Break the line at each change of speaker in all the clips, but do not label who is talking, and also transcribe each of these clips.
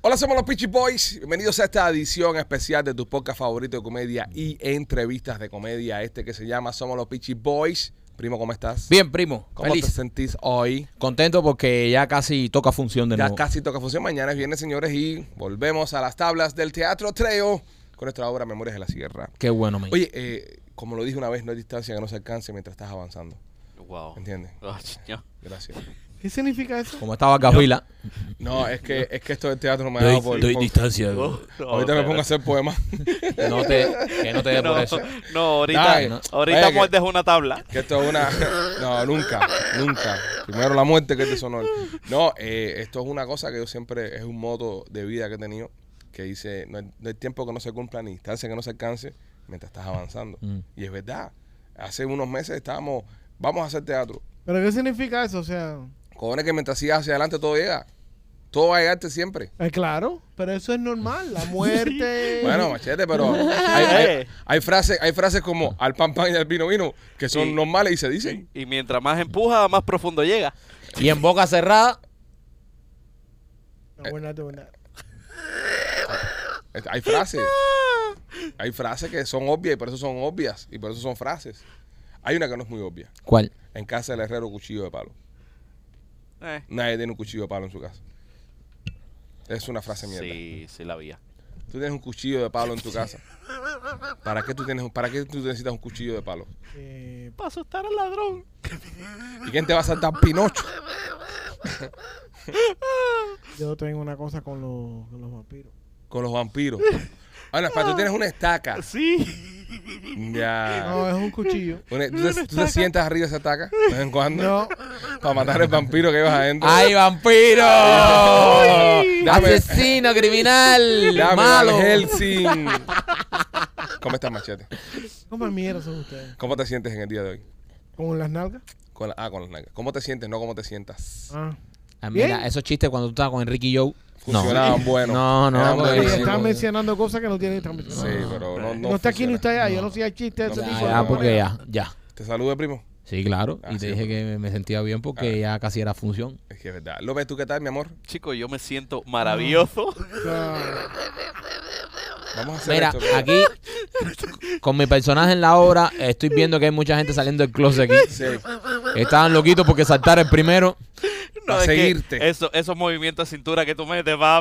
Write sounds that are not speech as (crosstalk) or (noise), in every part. Hola, somos los Peachy Boys. Bienvenidos a esta edición especial de tu podcast favorito de comedia y entrevistas de comedia. Este que se llama Somos los Peachy Boys. Primo, ¿cómo estás?
Bien, primo.
¿Cómo te
Feliz.
sentís hoy?
Contento porque ya casi toca función de
ya
nuevo.
casi toca función. Mañana es viernes, señores, y volvemos a las tablas del Teatro Treo con nuestra obra Memorias de la Sierra.
Qué bueno, man.
Oye, eh, como lo dije una vez, no hay distancia que no se alcance mientras estás avanzando.
Wow.
¿Entiendes?
Ah, chiño.
Gracias.
¿Qué significa eso?
Como estaba Gavila.
No, es que, es que esto del teatro no me ha dado por... por-
distancia.
No,
(laughs)
no,
Ahorita me
espérate.
pongo a hacer poemas.
No te, que no te dé por eso.
No, no, ahorita,
Ay, no. Oye,
ahorita
que-
muerdes una tabla.
Que esto es una. (laughs) No, nunca, nunca. Primero la muerte que el deshonor. No, eh, esto es una cosa que yo siempre. Es un modo de vida que he tenido. Que dice: no hay, no hay tiempo que no se cumpla ni distancia que no se alcance mientras estás avanzando.
Mm.
Y es verdad. Hace unos meses estábamos. Vamos a hacer teatro.
¿Pero qué significa eso? O sea,
Cojones que mientras sigas hacia adelante todo llega. Todo va a llegarte siempre.
eh, claro, pero eso es normal. (laughs) La muerte.
Bueno, machete, pero hay, hay- hay frases, hay frases como al pan pan y al vino vino que son
Sí.
normales y se dicen.
Y mientras más empuja, más profundo llega.
Y en boca cerrada,
No, buena, buena.
Hay frases. Hay frases que son obvias y por eso son obvias y por eso son frases. Hay una que no es muy obvia.
¿cuál?
En casa del herrero, cuchillo de palo.
Eh,
Nadie tiene un cuchillo de palo en su casa. Es una frase mierda.
Sí, sí la había.
Tú tienes un cuchillo de palo en tu casa. ¿Para qué tú tienes, un- para qué tú necesitas un cuchillo de palo?
Eh,
Para asustar al ladrón.
¿Y quién te va a saltar Pinocho?
yo tengo una cosa con los, con los vampiros.
Con los vampiros. Ahora, para tú tienes una estaca.
Sí.
Ah. No,
Ya.
es un cuchillo.
Una- ¿tú, te, tú te sientas arriba de esa estaca de vez en cuando?
(laughs) No,
Para matar al vampiro que ibas adentro.
¡Ay, vampiro!
Dame-
¡Asesino, criminal!
Dame,
¡Malo!
Van Helsing. ¿Cómo estás, machete?
¿cómo mierda son ustedes?
¿Cómo te sientes en el día de hoy?
¿Con las nalgas?
Con la- ah, con las nalgas. ¿Cómo te sientes? No, ¿cómo te sientas?
Ah.
Ah, mira,
Bien.
esos chistes cuando tú estabas con Enrique Joe.
Funcionaban bueno.
No, no,
Eran
no,
Oye,
buenísimos.
están mencionando cosas que no tienen que estar
Sí,
Ah,
mencionando.
pero no.
No,
No,
está aquí ni
funciona.
está allá. Yo no sé el chiste de
No,
ese
ya,
Ya,
tipo. de
ya,
cosas.
porque ya, ya.
Te saludo, primo.
Sí, claro.
Ah,
y te
sí,
dije que me sentía bien porque ya casi era función.
Es que es verdad. López, ¿tú qué tal, mi amor?
Chico, yo me siento maravilloso. (laughs)
O sea,
Vamos a hacer
Mira,
esto.
aquí, con mi personaje en la obra, estoy viendo que hay mucha gente saliendo del closet aquí.
Sí.
Estaban loquitos porque saltar el primero.
Pa'
es que
seguirte.
eso- esos movimientos de cintura que tú metes,
Ah,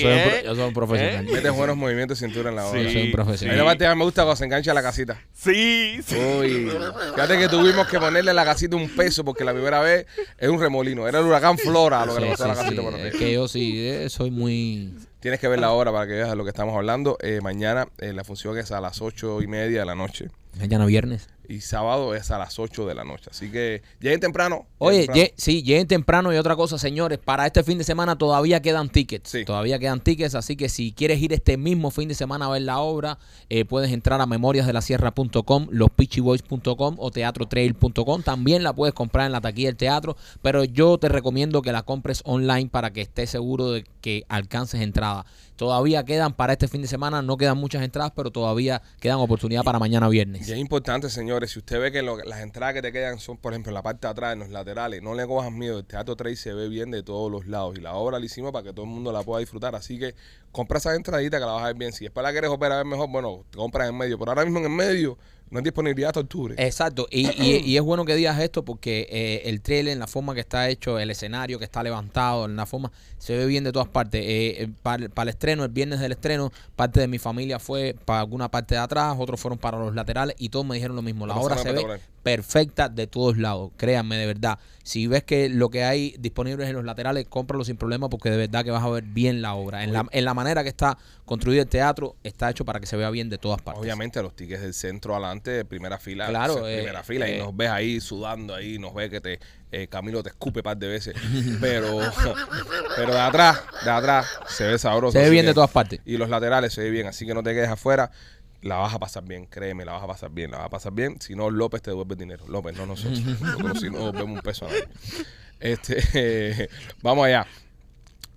yo, soy un pro-
¿eh?
Ah, yo soy un profesional.
Metes buenos movimientos de cintura en la obra.
Yo soy un profesional.
Ahí la parte que más me gusta cuando se engancha la casita.
Sí, sí.
Uy. Fíjate que tuvimos que ponerle a la casita un peso porque la primera vez es un remolino. Era el huracán Flora lo que le
Sí,
pasó a la
sí,
casita
sí.
por arriba.
Es que yo sí eh, soy muy...
Tienes que ver la hora para que veas de lo que estamos hablando. Eh, mañana eh, la función es a las ocho y media de la noche.
Mañana viernes.
Y sábado es a las 8 de la noche. Así que lleguen temprano. lleguen
Oye,
temprano.
lle- sí, lleguen temprano y otra cosa, señores. Para este fin de semana todavía quedan tickets.
Sí.
Todavía quedan tickets, así que si quieres ir este mismo fin de semana a ver la obra, eh, puedes entrar a memoriasdelasierra.com, lospitchyboys.com o teatrotrail.com. También la puedes comprar en la taquilla del teatro, pero yo te recomiendo que la compres online para que estés seguro de que alcances entrada. Todavía quedan para este fin de semana, no quedan muchas entradas, pero todavía quedan oportunidad para mañana viernes.
Y es importante, señores, si usted ve que lo- las entradas que te quedan son, por ejemplo, en la parte de atrás, en los laterales, no le cojas miedo. El Teatro 3 se ve bien de todos los lados. Y la obra la hicimos para que todo el mundo la pueda disfrutar. Así que compra esas entraditas que la vas a ver bien. Si después la quieres operar mejor, bueno, te compras en medio. Pero ahora mismo en el medio no hay disponibilidad hasta octubre.
Exacto, y,
(clears throat)
y- y es bueno que digas esto porque eh, el trailer, en la forma que está hecho, el escenario que está levantado, en la forma, se ve bien de todas partes. Eh, eh, para, el- para el estreno, el viernes del estreno, parte de mi familia fue para alguna parte de atrás, otros fueron para los laterales y todos me dijeron lo mismo. La
Lo
obra se
pasaron
ve
espectacular.
perfecta de todos lados, créanme, de verdad. Si ves que lo que hay disponible en los laterales, cómpralo sin problema porque de verdad que vas a ver bien la obra. En la, en la manera que está construido el teatro, está hecho para que se vea bien de todas partes.
Obviamente los tickets del centro adelante, de primera fila,
Claro,
o sea,
eh,
primera fila, y
eh.
nos ves ahí sudando ahí, nos ves que te eh, Camilo te escupe par de
(laughs)
veces, pero pero de atrás, de atrás se ve sabroso.
Se ve
así
bien de
que-
todas partes.
Y los laterales se ve bien, así que no te quedes afuera. La vas a pasar bien, créeme, la vas a pasar bien, la vas a pasar bien. Si no, López te devuelve el dinero. López, no
(laughs)
nosotros. Nosotros si no devolvemos un peso a nadie. Este, (laughs) vamos allá.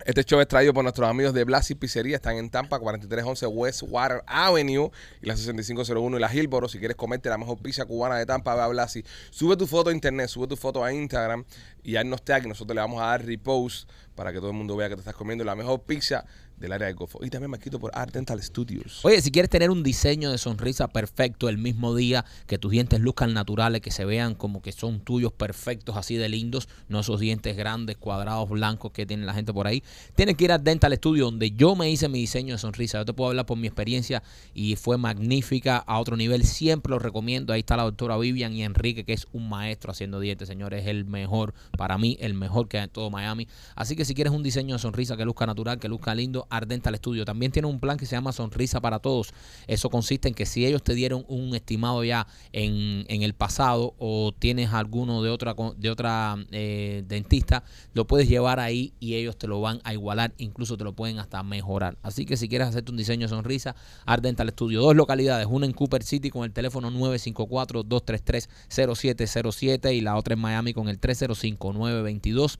Este show es traído por nuestros amigos de Blasi Pizzería. Están en Tampa, 4311 West Water Avenue y la 6501 y la Hillboro. Si quieres comerte la mejor pizza cubana de Tampa, ve a Blasi. Sube tu foto a internet, sube tu foto a Instagram y haznos tag. Nosotros le vamos a dar repost para que todo el mundo vea que te estás comiendo la mejor pizza del área de Golfo. Y también me quito por Art Dental Studios.
Oye, si quieres tener un diseño de sonrisa perfecto el mismo día, que tus dientes luzcan naturales, que se vean como que son tuyos perfectos, así de lindos, no esos dientes grandes, cuadrados, blancos que tiene la gente por ahí, tienes que ir al Dental Studio, donde yo me hice mi diseño de sonrisa. Yo te puedo hablar por mi experiencia y fue magnífica a otro nivel. Siempre lo recomiendo. Ahí está la doctora Vivian y Enrique, que es un maestro haciendo dientes, señores. Es el mejor, para mí, el mejor que hay en todo Miami. Así que si quieres un diseño de sonrisa que luzca natural, que luzca lindo, Ardental Studio. También tiene un plan que se llama Sonrisa para Todos. Eso consiste en que si ellos te dieron un estimado ya en, en el pasado o tienes alguno de otra, co- de otra eh, dentista, lo puedes llevar ahí y ellos te lo van a igualar, incluso te lo pueden hasta mejorar. Así que si quieres hacerte un diseño de sonrisa, Ardental Studio. Dos localidades, una en Cooper City con el teléfono 954-233-0707 y la otra en Miami con el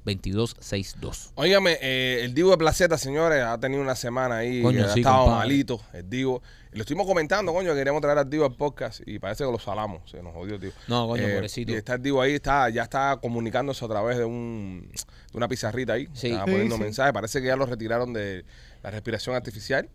305-922-2262.
Óigame, eh, el Divo de Placeta, señores, ha tenido una semana ahí,
Coño,
eh, ha
sí,
estado
compadre.
malito, el Divo. Y Lo estuvimos comentando, coño, que queríamos traer al Divo al podcast y parece que lo salamos, se nos jodió el Divo.
No, coño,
Eh,
pobrecito.
Y está el Divo ahí, está, ya está comunicándose a través de, un, de una pizarrita ahí,
Sí.
está
Sí,
poniendo
sí.
mensajes, parece que ya lo retiraron de la respiración artificial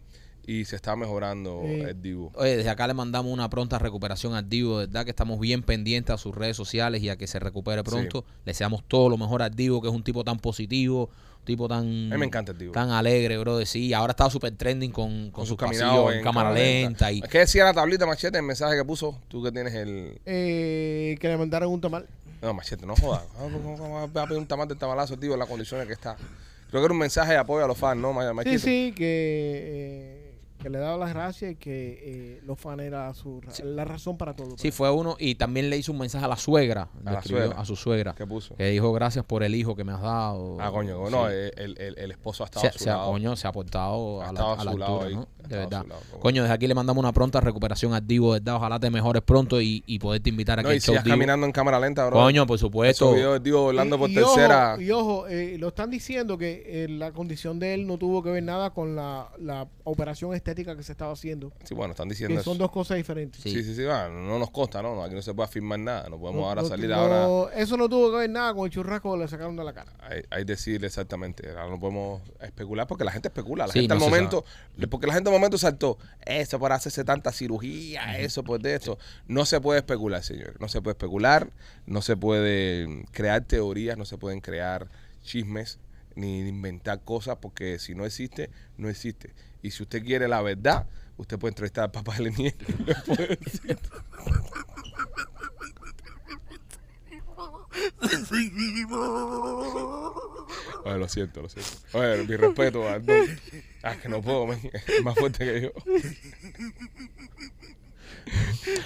y se está mejorando
Sí.
el Divo.
Oye, desde acá le mandamos una pronta recuperación al Divo, de verdad que estamos bien pendientes a sus redes sociales y a que se recupere pronto. Le deseamos todo lo mejor al Divo, que es un tipo tan positivo, un tipo tan...
A mí me encanta el Divo.
Tan alegre, bro, de sí. Ahora está súper trending con, con,
Con
sus
caminados
pasillos en cámara lenta. y
¿Qué decía la tablita, Machete, el mensaje que puso? Tú que tienes el...
Eh, que le mandaron un tamal.
No, machete, no jodas. (laughs) ¿Cómo- cómo- cómo vas a pedir un tamal de tabalazo, tío, en las condiciones que está? Creo que era un mensaje de apoyo a los fans, ¿no, ma-
Sí,
Machete?
sí, que, eh, que le daba las gracias y que eh, los fans era su ra- la razón para todo.
sí, fue uno. Y también le hizo un mensaje a la suegra.
A
le
la
escribió
suegra.
A su suegra.
¿Qué puso?
Que dijo, gracias por el hijo que me has dado.
Ah, coño, no,
Eh, oh, Sí.
el, el- el esposo ha estado
se,
a su
se ha-
lado.
coño, se ha portado
Ha
a
estado
la,
a
a la
su lado
altura,
ahí,
¿no?
ha
De
estado a su
verdad.
lado, coño.
Coño, desde aquí le mandamos una pronta recuperación al Divo, de verdad. Ojalá te mejores pronto y, y poderte invitar aquí
No,
al
y
show,
sigas
Divo.
caminando en cámara lenta, bro.
Coño, por
Esos
supuesto.
videos, tío, volando
Y-
por
y
tercera.
Ojo, y ojo, eh, lo están diciendo que eh, la condición de él no tuvo que ver nada con la, la operación estética que se estaba haciendo.
Sí, bueno, están diciendo
Que
eso.
son dos cosas diferentes.
Sí, sí, sí, va, no nos consta, ¿no? Aquí no se puede afirmar nada. No podemos
No-
ahora
no-
salir
no-
ahora...
Eso no tuvo que ver nada con el churrasco que le sacaron de la cara.
Hay, hay decir exactamente, ahora no podemos especular porque la gente especula, la
Sí,
gente
no
al
se
momento, porque la gente al momento saltó, eso por hacerse tanta cirugía, eso por de esto, no se puede especular, señor, no se puede especular, no se puede crear teorías, no se pueden crear chismes ni inventar cosas porque si no existe, no existe. Y si usted quiere la verdad, usted puede entrevistar al papá de la niña. Oye, lo siento, lo siento. Oye, mi respeto al don. Ah, que no puedo, men. (laughs) es más fuerte que yo.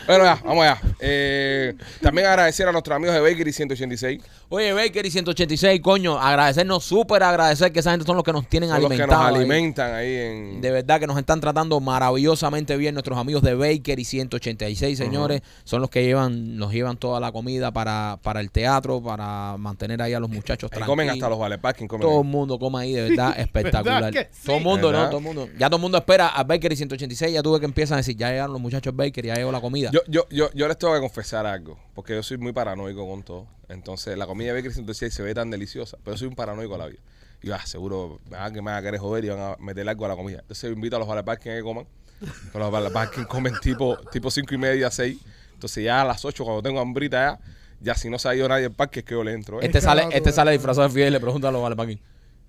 Bueno, ya, vamos allá. Eh, también agradecer a nuestros amigos de Bakery 186.
Oye, Baker y 186, coño, agradecernos, súper agradecer que esa gente son los que nos tienen
Son los que nos
alimentados. ahí.
alimentan ahí en.
De verdad que nos están tratando maravillosamente bien nuestros amigos de Baker y 186, señores. Son los que llevan, nos llevan toda la comida para, para el teatro, para mantener ahí a los muchachos
Ahí
tranquilos.
comen hasta los vale parking. Comen
Todo el
ahí.
mundo come ahí,
(laughs)
de verdad, espectacular.
¿Verdad que sí?
Todo el mundo,
¿Verdad?
¿no? Todo el mundo. Ya todo el mundo espera a Baker y 186. Ya tuve que empiezan a decir, ya llegaron los muchachos Baker, ya llegó la comida.
Yo, yo, yo, yo les tengo que confesar algo, porque yo soy muy paranoico con todo. Entonces, la comida de Bakery 186 se ve tan deliciosa, pero soy un paranoico a la vida. Y yo, ah, seguro me van, a- me van a querer joder y van a meter algo a la comida. Entonces, yo invito a los vale parking a que coman. Pero los vale parking comen tipo 5 y media, 6. Entonces, ya a las 8, cuando tengo hambrita ya, ya si no se ha ido nadie al parque, es que yo le entro. ¿eh?
este
Es
sale,
carajo,
este
eh.
sale disfrazado de Fidel y le pregunta a los vale Paquín.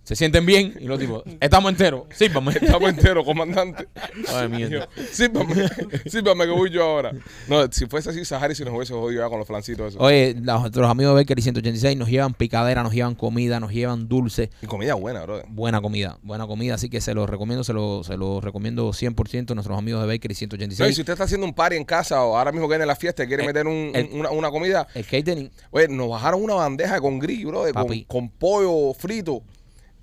¿Se sienten bien? Y los tipos, estamos enteros. Sí,
(laughs)
vamos.
Estamos entero, comandante.
Ay,
Yo,
Este- mierda.
Sírvame, sírvame que voy yo ahora. No, si fuese así, Sahari si nos hubiese jodido ya con los flancitos esos.
Oye, nuestros amigos de Baker y 186 nos llevan picadera, nos llevan comida, nos llevan dulce.
Y comida buena, brother.
Buena comida, buena comida. Así que se los recomiendo, se los se los recomiendo 100% a nuestros amigos de Baker
No,
y
y si
186.
usted está haciendo un party en casa o ahora mismo que viene la fiesta y quiere
Eh,
meter un-
el-
una, una comida,
El catering,
oye, nos bajaron una bandeja con gris, bro, de- con,
Papi.
con pollo frito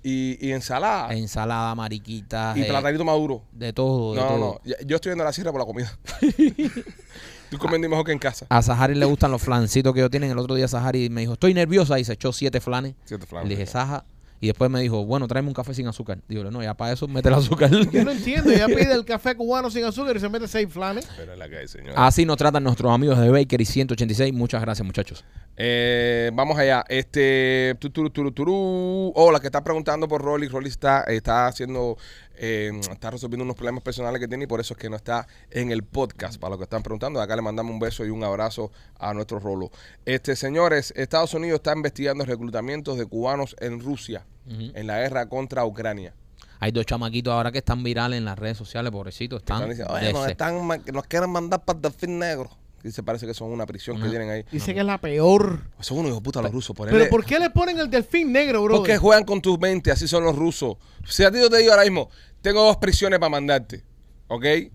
y, y ensalada
ensalada, mariquita,
Ah. y platanito maduro.
de eh, todo, de
No, no,
todo.
no. Ya- Yo estoy yendo a la sierra por la comida.
(laughs)
estoy comiendo mejor que en casa.
A Sahari le gustan los flancitos que ellos tienen. El otro día Sahari me dijo, estoy nerviosa y se echó siete flanes.
Siete flanes,
Le dije,
sí.
Saja. Y después me dijo, bueno, tráeme un café sin azúcar. Digo, no, ya para eso mete
(laughs)
el azúcar.
Yo no entiendo. Ella pide el café cubano sin azúcar y se mete seis flanes.
Pero es la que hay, señor.
Así nos tratan nuestros amigos de Baker y 186. Muchas gracias, muchachos.
Eh, vamos allá. Este. tu, tu, tu, tu, tu. Oh, la que está preguntando por Rolly. Rolly está, está haciendo. eh, está resolviendo unos problemas personales que tiene y por eso es que no está en el podcast. Para los que están preguntando, acá le mandamos un beso y un abrazo a nuestro Rolo. Este, señores, Estados Unidos está investigando reclutamientos de cubanos en Rusia en la guerra contra Ucrania.
Hay dos chamaquitos ahora que están virales en las redes sociales, pobrecitos.
Ah,
Están,
Están diciendo, "Oye, nos,
dese-
están ma- nos quieren mandar para el delfín negro. Y se parece que son una prisión que tienen ahí.
Dice que es la peor.
Son unos hijos de puta los rusos. Por
Pero ¿por qué le ponen el delfín negro, bro?
Porque juegan con tu mente, así son los rusos. Si a ti yo te digo ahora mismo, tengo dos prisiones para mandarte, ¿ok? Eh,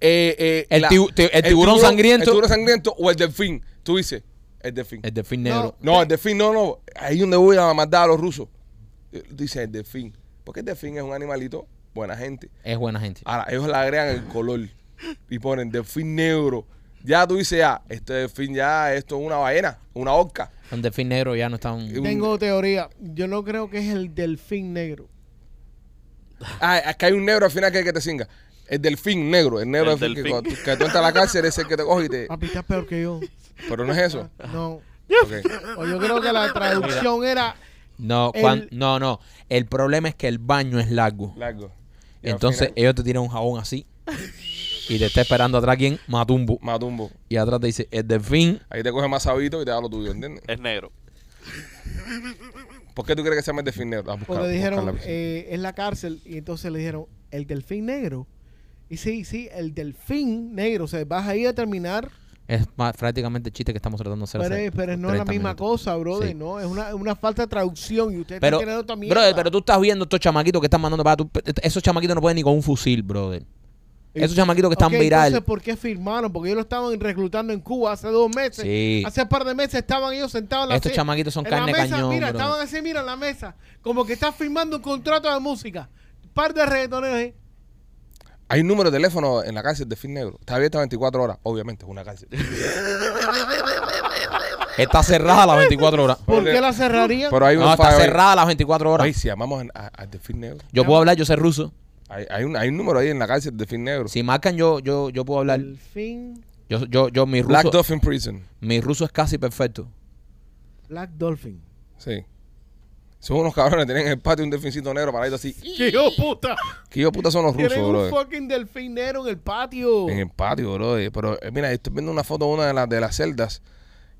eh,
El tibu- ti- el tiburón sangriento.
El tiburón sangriento o el delfín. Tú dices, el delfín.
El delfín negro.
no, el delfín, no, no. Ahí es donde voy a mandar a los rusos. Eh, Tú dices el delfín. Porque el delfín es un animalito, buena gente.
Es buena gente.
Ahora, ellos le agregan el color y ponen delfín negro. Ya tú dices, ya, este delfín ya, esto es una ballena, una orca.
Un delfín negro ya no está un...
Tengo teoría. Yo no creo que es el delfín negro.
Ah, es que hay un negro al final que, que te singa. El delfín negro, el negro
El
delfín que,
delfín.
cuando tú- que tú entras a la cárcel es el que te coge y te...
Papi, estás peor
(laughs)
que yo.
Pero no es eso.
No.
Ok.
O yo creo que la traducción era...
No,
El-
cuan- no, no. El problema es que el baño es largo.
Largo. Y al
Entonces
final,
ellos te tiran un jabón así y te está esperando atrás quien Matumbo.
Matumbo.
Y atrás te dice, el delfín
Ahí te coge más sabito y te da lo tuyo, ¿entiendes?
Es negro.
¿Por qué tú crees que se llama el delfín negro? Ah, busca-
Porque
busca
Pues dijeron,
la-
eh, es la cárcel. Y entonces le dijeron, el delfín negro. Y sí, sí, el delfín negro. O sea, vas ahí a terminar,
es más, prácticamente el chiste que estamos tratando de hacer.
pero,
hace
pero no es la
30
misma
minutos.
cosa, brother.
Sí.
No, es una, una falta de traducción. Y ustedes
Pero,
están creando otra mierda.
brother, pero tú estás viendo estos chamaquitos que están mandando para... tú- esos chamaquitos no pueden ni con un fusil, brother. Esos chamaquitos que están
Ok,
viral.
Entonces, ¿por qué firmaron? Porque ellos lo estaban reclutando en Cuba hace dos meses.
Sí.
Hace un par de meses estaban ellos sentados en la
Estos
se-
chamaquitos son
en
carne
la mesa,
cañón,
Mira,
bro.
estaban así, mira, en la mesa. Como que están firmando un contrato de música. Un par de reggaetoneros ahí.
Hay un número de teléfono en la cárcel delfín negro. Está abierta 24 horas. Obviamente, es una
(laughs)
cárcel.
Está cerrada las 24
(laughs)
horas.
¿Por
Porque-
qué la cerrarían?
Pero hay un
No, está
file-
cerrada las 24
Oye,
horas.
si llamamos en- a- al delfín negro.
Yo puedo hablar, yo soy ruso.
Hay, hay un, hay un número ahí en la cárcel delfín negro.
Si marcan, yo, yo, yo puedo hablar.
Delfín,
Yo, yo, yo, mi
Black
ruso,
Dolphin Prison.
mi ruso es casi perfecto.
Black Dolphin.
Sí. Son unos cabrones. Tienen en el patio un delfincito negro para así.
(laughs) ¡Qué hijo puta!
Que yo puta son los rusos,
Tienen un
brother.
fucking delfín negro en el patio.
En el patio, bro. eh, Pero eh, mira, estoy viendo una foto de una de las de las celdas.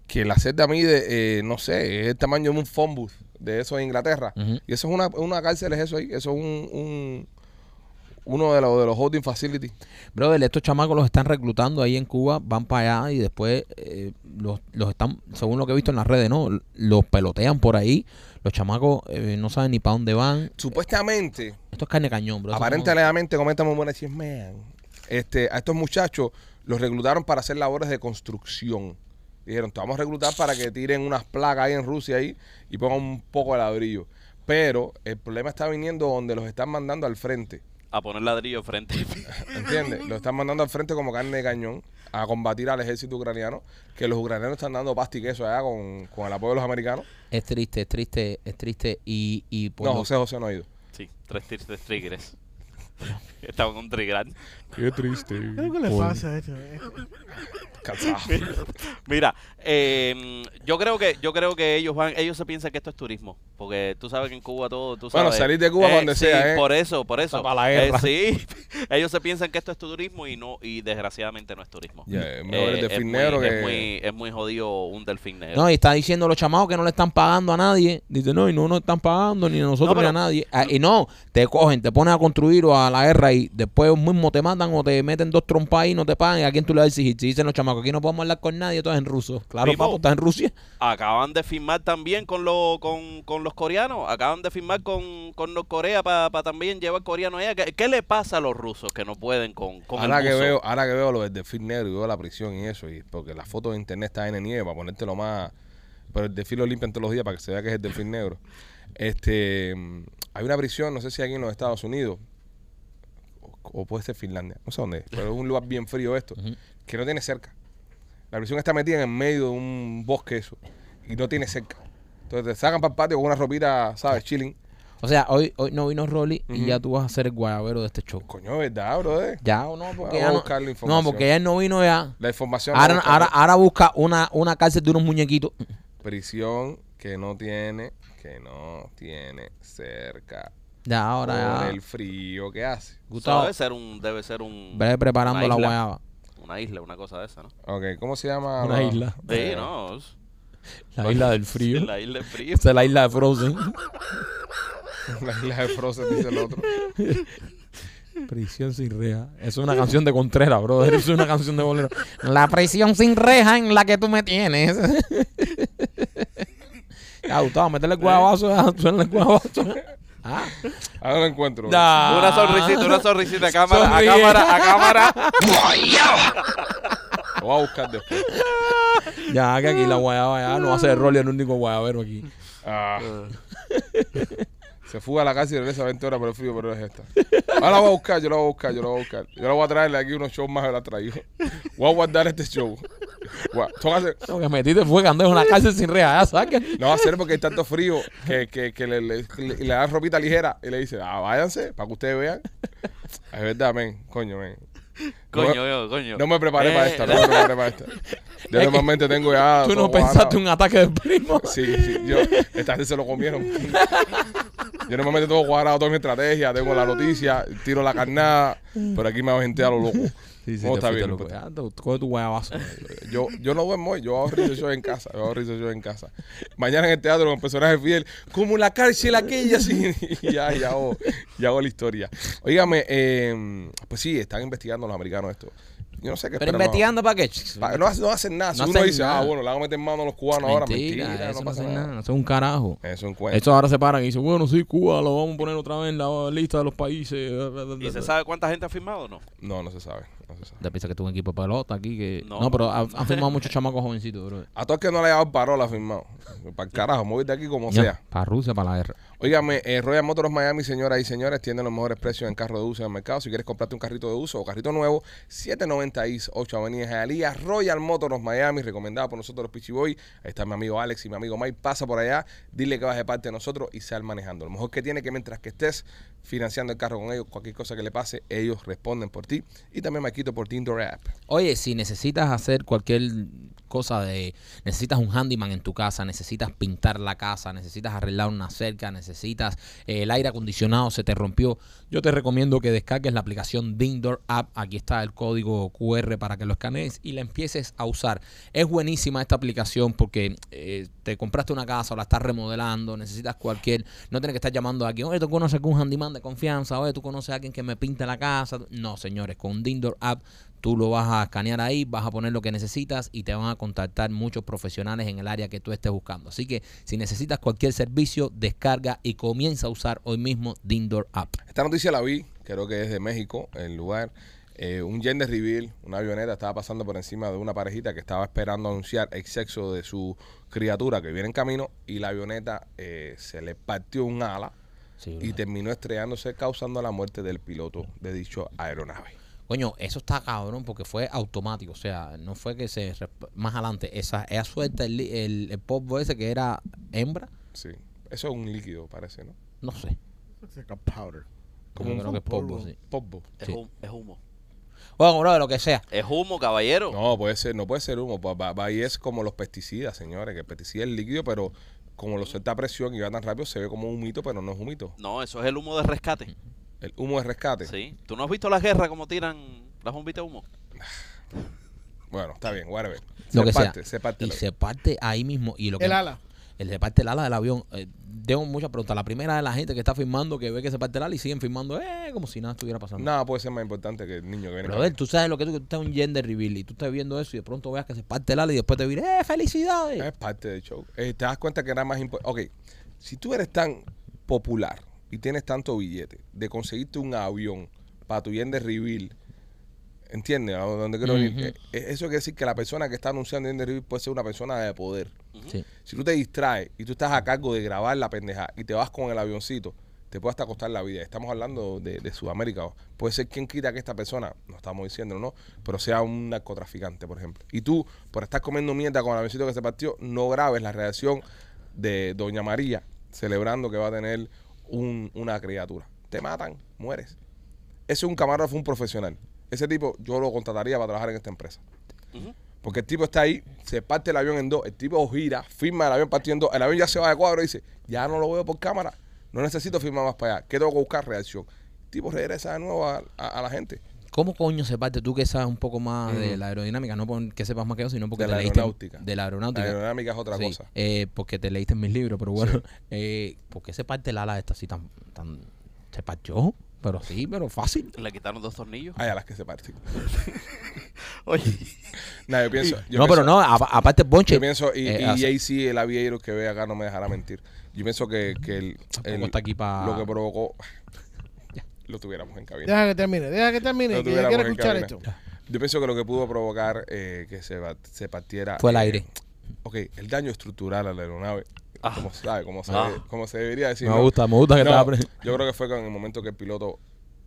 Que la celda mide, eh, no sé, es el tamaño de un phone booth de eso de Inglaterra.
Ujú.
Y eso es una, una cárcel, es eso ahí. Eso es un, un- uno de los de los holding facilities.
Brother, estos chamacos los están reclutando ahí en Cuba, van para allá y después eh, los, los están, según lo que he visto en las redes, ¿no? Los pelotean por ahí. Los chamacos eh, no saben ni para dónde van.
Supuestamente,
Esto es carne cañón, bro. Eso no-
aparentemente, comentamos buena chismean. Este, a estos muchachos los reclutaron para hacer labores de construcción. Dijeron, te vamos a reclutar para que tiren unas placas ahí en Rusia ahí y pongan un poco de ladrillo. Pero el problema está viniendo donde los están mandando al frente.
A poner ladrillo frente. (laughs)
¿Entiendes? Lo están mandando al frente como carne de cañón a combatir al ejército ucraniano, que los ucranianos están dando pasta y queso allá con, con el apoyo de los americanos.
Es triste, es triste, es triste. Y, y por
No,
lo-
José José no ha ido.
Sí, tres, tir- tres triggers. (laughs) Estaba con un trigger.
Qué triste.
¿Qué es lo que le pasa a este? esto?
Cansado. (laughs)
Mira, eh, yo creo que yo creo que ellos van, ellos se piensan que esto es turismo, porque tú sabes que en Cuba todo, tú
Bueno,
sabes.
salir de Cuba cuando
sí,
sea, ¿eh?
Por eso, por eso.
Para la guerra.
Eh, sí, (laughs) ellos se piensan que esto es turismo y no y desgraciadamente no es turismo.
Ya, es mejor el delfín
muy-
negro
Eh, es
que-
muy, es muy jodido un delfín negro.
No, y está diciendo los chamacos que no le están pagando a nadie. Dice, no, y no nos están pagando ni a nosotros
No, pero-
ni a nadie. Ah, y no, te cogen, te ponen a construir o a la guerra y después mismo te matan o te meten dos trompas y no te pagan. ¿Y a quién tú le vas a exigir? Si dicen los chamacos, aquí no podemos hablar con nadie, todo es en ruso. Claro,
Vivo.
papo, estás en Rusia.
Acaban de firmar también con, lo, con, con los coreanos. Acaban de firmar con, con Corea para también llevar coreanos allá. ¿Qué, qué le pasa a los rusos que no pueden con, con el
Ahora que,
ruso?
veo, ahora que veo lo del delfín negro y veo la prisión y eso, y porque la foto de internet está en nieve para ponértelo más. Pero el delfín lo limpian todos los días para que se vea que es el delfín negro. Este, mm, hay una prisión, no sé si aquí en los Estados Unidos, o, o puede ser Finlandia, no sé dónde, es, pero es un lugar bien frío esto, que no tiene cerca. La prisión está metida en el medio de un bosque eso, y no tiene cerca. Entonces te sacan para el patio con una ropita, ¿sabes? Chilling.
O sea, hoy, hoy no vino Rolly y ya tú vas a ser el guayabero de este show.
Coño, ¿verdad, brother?
Ya o no, porque
Vamos
ya
a
no,
buscar la
no,
información.
porque ya él no vino ya.
La información... la
Ahora,
buscan-
ahora, ahora busca una, una cárcel de unos muñequitos.
Prisión que no tiene, que no tiene cerca.
Ya,
Por
ahora ah. ya.
el frío que hace.
Eso
Gustavo,
debe ser un, debe ser un
ve preparando
una
la
isla.
guayaba.
una isla, una cosa de esa, ¿no?
Ok, ¿cómo se llama?
Una
la-
isla.
Sí,
Eh,
no. es-
La isla del frío.
sí, la isla es frío.
Esta es la isla de Frozen. (laughs)
La (laughs) isla de Frozen, dice el otro.
Prisión sin reja. Es una canción de Contreras, brother. Es una canción de bolero. La prisión sin reja en la que tú me tienes. (laughs) ya, Gustavo, métele el guabazo. ya, Suena el guabazo. Ah,
Ahora lo encuentro.
da.
Una sonrisita, una sonrisita a cámara,
ah, Sonríe.
a cámara, a cámara.
Lo voy a buscar después.
Ya, que aquí la guayaba ya no hace rol y el único guayabero aquí.
Ah. Se fuga a la casa y regresa a 20 horas por el frío, pero es esta. Ahora la voy a buscar, yo la voy a buscar, yo la voy a buscar. Yo la voy a traerle aquí unos shows más que la traído. Voy a guardar este show. Voy a- Tócase.
Lo que metiste fue que andé en una cárcel sin reja. Ya, saca.
No va a ser porque hay tanto frío que, que, que le, le, le- le dan ropita ligera y le dice, ah, váyanse, para que ustedes vean. Es verdad, men, coño, men.
Coño,
No,
yo, coño.
no me preparé
Eh,
para esta, no
la-
me preparé para esta. Yo
que
normalmente tengo ya.
Tú
todo
no pensaste
guardado.
un ataque de primo.
Sí, sí, yo, esta gente se lo comieron. Yo normalmente tengo cuadrado toda mi estrategia, tengo la noticia, tiro la carnada, pero aquí me aventé a lo loco. No,
te
está
fuiste,
bien,
loco.
pues.
Ya, tú- Coge tu guayabazo.
Yo, yo no duermo hoy, yo hago research show en casa, yo hago research show en casa. Mañana en el teatro con el personaje fiel, como la cárcel aquella, sí, (laughs) y ya, ya hago, ya hago la historia. Óigame, eh, pues sí, están investigando los americanos esto. Yo no sé qué
Pero
esperan, no-
investigando para qué.
pa- No, hacen- no hacen nada. Si
No
uno
hacen
dice,
nada.
ah, bueno, le van a meter mano a los cubanos ahora, mentira,
eso
no
no
pasa
hace
nada.
nada. Eso es un carajo.
Eso en
pues.
cuenta.
Eso ahora se paran y dicen, bueno, sí, Cuba, lo vamos a poner otra vez en la lista de los países.
(laughs) ¿Y se sabe cuánta gente ha firmado o no?
No, no se sabe. No se sabe.
Te piensas que tú un equipo de pelota aquí que... No,
No.
pero ha- han, firmado muchos chamacos jovencitos, bro.
A todos que no le ha dado parola firmado. Para el carajo, móvete aquí como sea.
Para Rusia, para la guerra.
Óigame, eh, Royal Motors Miami, señoras y señores, tiene los mejores precios en carros de uso en el mercado. Si quieres comprarte un carrito de uso o carrito nuevo, 790 East 8 Avenida Jalía, Royal Motors Miami, recomendado por nosotros los Pichiboy. Ahí está mi amigo Alex y mi amigo Mike. Pasa por allá, dile que vas de parte de nosotros y sal manejando. Lo mejor que tiene que mientras que estés financiando el carro con ellos, cualquier cosa que le pase, ellos responden por ti. Y también me quito por Tinder App.
Oye, si necesitas hacer cualquier cosa de... Necesitas un handyman en tu casa, necesitas pintar la casa, necesitas arreglar una cerca, necesitas eh, el aire acondicionado, se te rompió. Yo te recomiendo que descargues la aplicación Dindor App. Aquí está el código QR para que lo escanees y la empieces a usar. Es buenísima esta aplicación porque eh, te compraste una casa o la estás remodelando, necesitas cualquier... No tienes que estar llamando a alguien, oye, tú conoces algún handyman de confianza, oye, tú conoces a alguien que me pinta la casa. No, señores, con Dindor App Tú lo vas a escanear ahí, vas a poner lo que necesitas y te van a contactar muchos profesionales en el área que tú estés buscando. Así que si necesitas cualquier servicio, descarga y comienza a usar hoy mismo Dindor App.
Esta noticia la vi, creo que es de México, el lugar. Eh, un gender reveal, una avioneta estaba pasando por encima de una parejita que estaba esperando anunciar el sexo de su criatura que viene en camino y la avioneta eh, se le partió un ala y terminó estrellándose causando la muerte del piloto de dicho aeronave.
Coño, eso está cabrón porque fue automático. O sea, no fue que se... resp- Más adelante, esa, esa suelta, el, li- el, el pop ese que era hembra,
Sí, eso es un líquido parece, ¿no?
no sé.
It's like a powder.
Como
un
creo que es polvo,
polvo.
sí.
Polvo.
Es,
Sí.
hum- es humo.
Bueno, bro, lo que sea.
Es humo, caballero.
No, puede ser, no puede ser humo. pa- pa- pa- Ahí es como los pesticidas, señores, que el pesticida es líquido, pero como lo suelta a presión y va tan rápido, se ve como un humito, pero no es humito.
No, eso es el humo de rescate.
El humo de rescate.
Sí. ¿Tú no has visto las guerras como tiran las bombitas de humo?
Bueno, está bien, whatever.
Lo
se
que
parte,
sea.
se parte.
Y
la-
se parte ahí mismo. Y lo que
El ala.
el se parte el ala del avión. Eh, tengo muchas preguntas. La primera es la gente que está firmando, que ve que se parte el ala y siguen firmando, eh, como si nada estuviera pasando.
Nada puede ser más importante que el niño que viene.
Pero a ver, tú sabes lo que tú, tú estás en un gender reveal y tú estás viendo eso y de pronto veas que se parte el ala y después te diré, eh, felicidades.
Es parte del show. Eh, te das cuenta que era más importante. Ok, si tú eres tan popular y tienes tanto billete de conseguirte un avión para tu bien de reveal, ¿entiendes? A dónde quiero venir?
Ujú.
Eh, eh, Eso quiere decir que la persona que está anunciando bien de reveal puede ser una persona de poder.
Sí.
Si tú te distraes y tú estás a cargo de grabar la pendeja y te vas con el avioncito, te puede hasta costar la vida. Estamos hablando de, de Sudamérica. o Puede ser quien quita que esta persona, no estamos diciendo, ¿no? Pero sea un narcotraficante, por ejemplo. Y tú, por estar comiendo mierda con el avioncito que se partió, no grabes la reacción de Doña María celebrando que va a tener un- una criatura. Te matan, mueres. Ese es un camarógrafo, un profesional. Ese tipo yo lo contrataría para trabajar en esta empresa.
Ujú.
Porque el tipo está ahí, se parte el avión en dos, el tipo gira, firma el avión partiendo en dos, el avión ya se va de cuadro y dice, ya no lo veo por cámara, no necesito firmar más para allá, ¿qué tengo que buscar? Reacción. El tipo regresa de nuevo a, a- a la gente.
¿Cómo coño se parte tú que sabes un poco más de la aerodinámica? No porque sepas más que yo, sino porque
De
te
la
leíste-
aeronáutica.
De la
La
aeronáutica.
aerodinámica es otra
Sí,
cosa.
eh, porque te leíste en mis libros, pero bueno. (laughs) Eh, ¿Por qué se parte el ala esta así tan, tan... Se partió, pero sí, pero fácil.
Le quitaron dos tornillos.
Hay a las que se parten.
Oye.
No, yo pienso. yo
no,
pienso-
pero no, a- aparte el bonche.
Yo pienso, y,
eh,
y
hace-
Jay-Z, el aviero que ve acá, no me dejará mentir. Yo pienso que, que el, el-
está aquí pa-
lo que provocó
(laughs)
lo tuviéramos en cabina.
Deja que termine, deja que termine,
Lo
que yo quiero
tuviéramos en
escuchar
cabina.
esto.
Yo pienso que lo que pudo provocar eh, que se, bat- se partiera.
Fue el
eh,
aire.
ok, el daño estructural a la aeronave.
Ah.
Como sabe, como se,
Ah.
como se debería decir.
me
¿no?
gusta, me gusta que
No,
estaba pre-
yo creo que fue con el momento que el piloto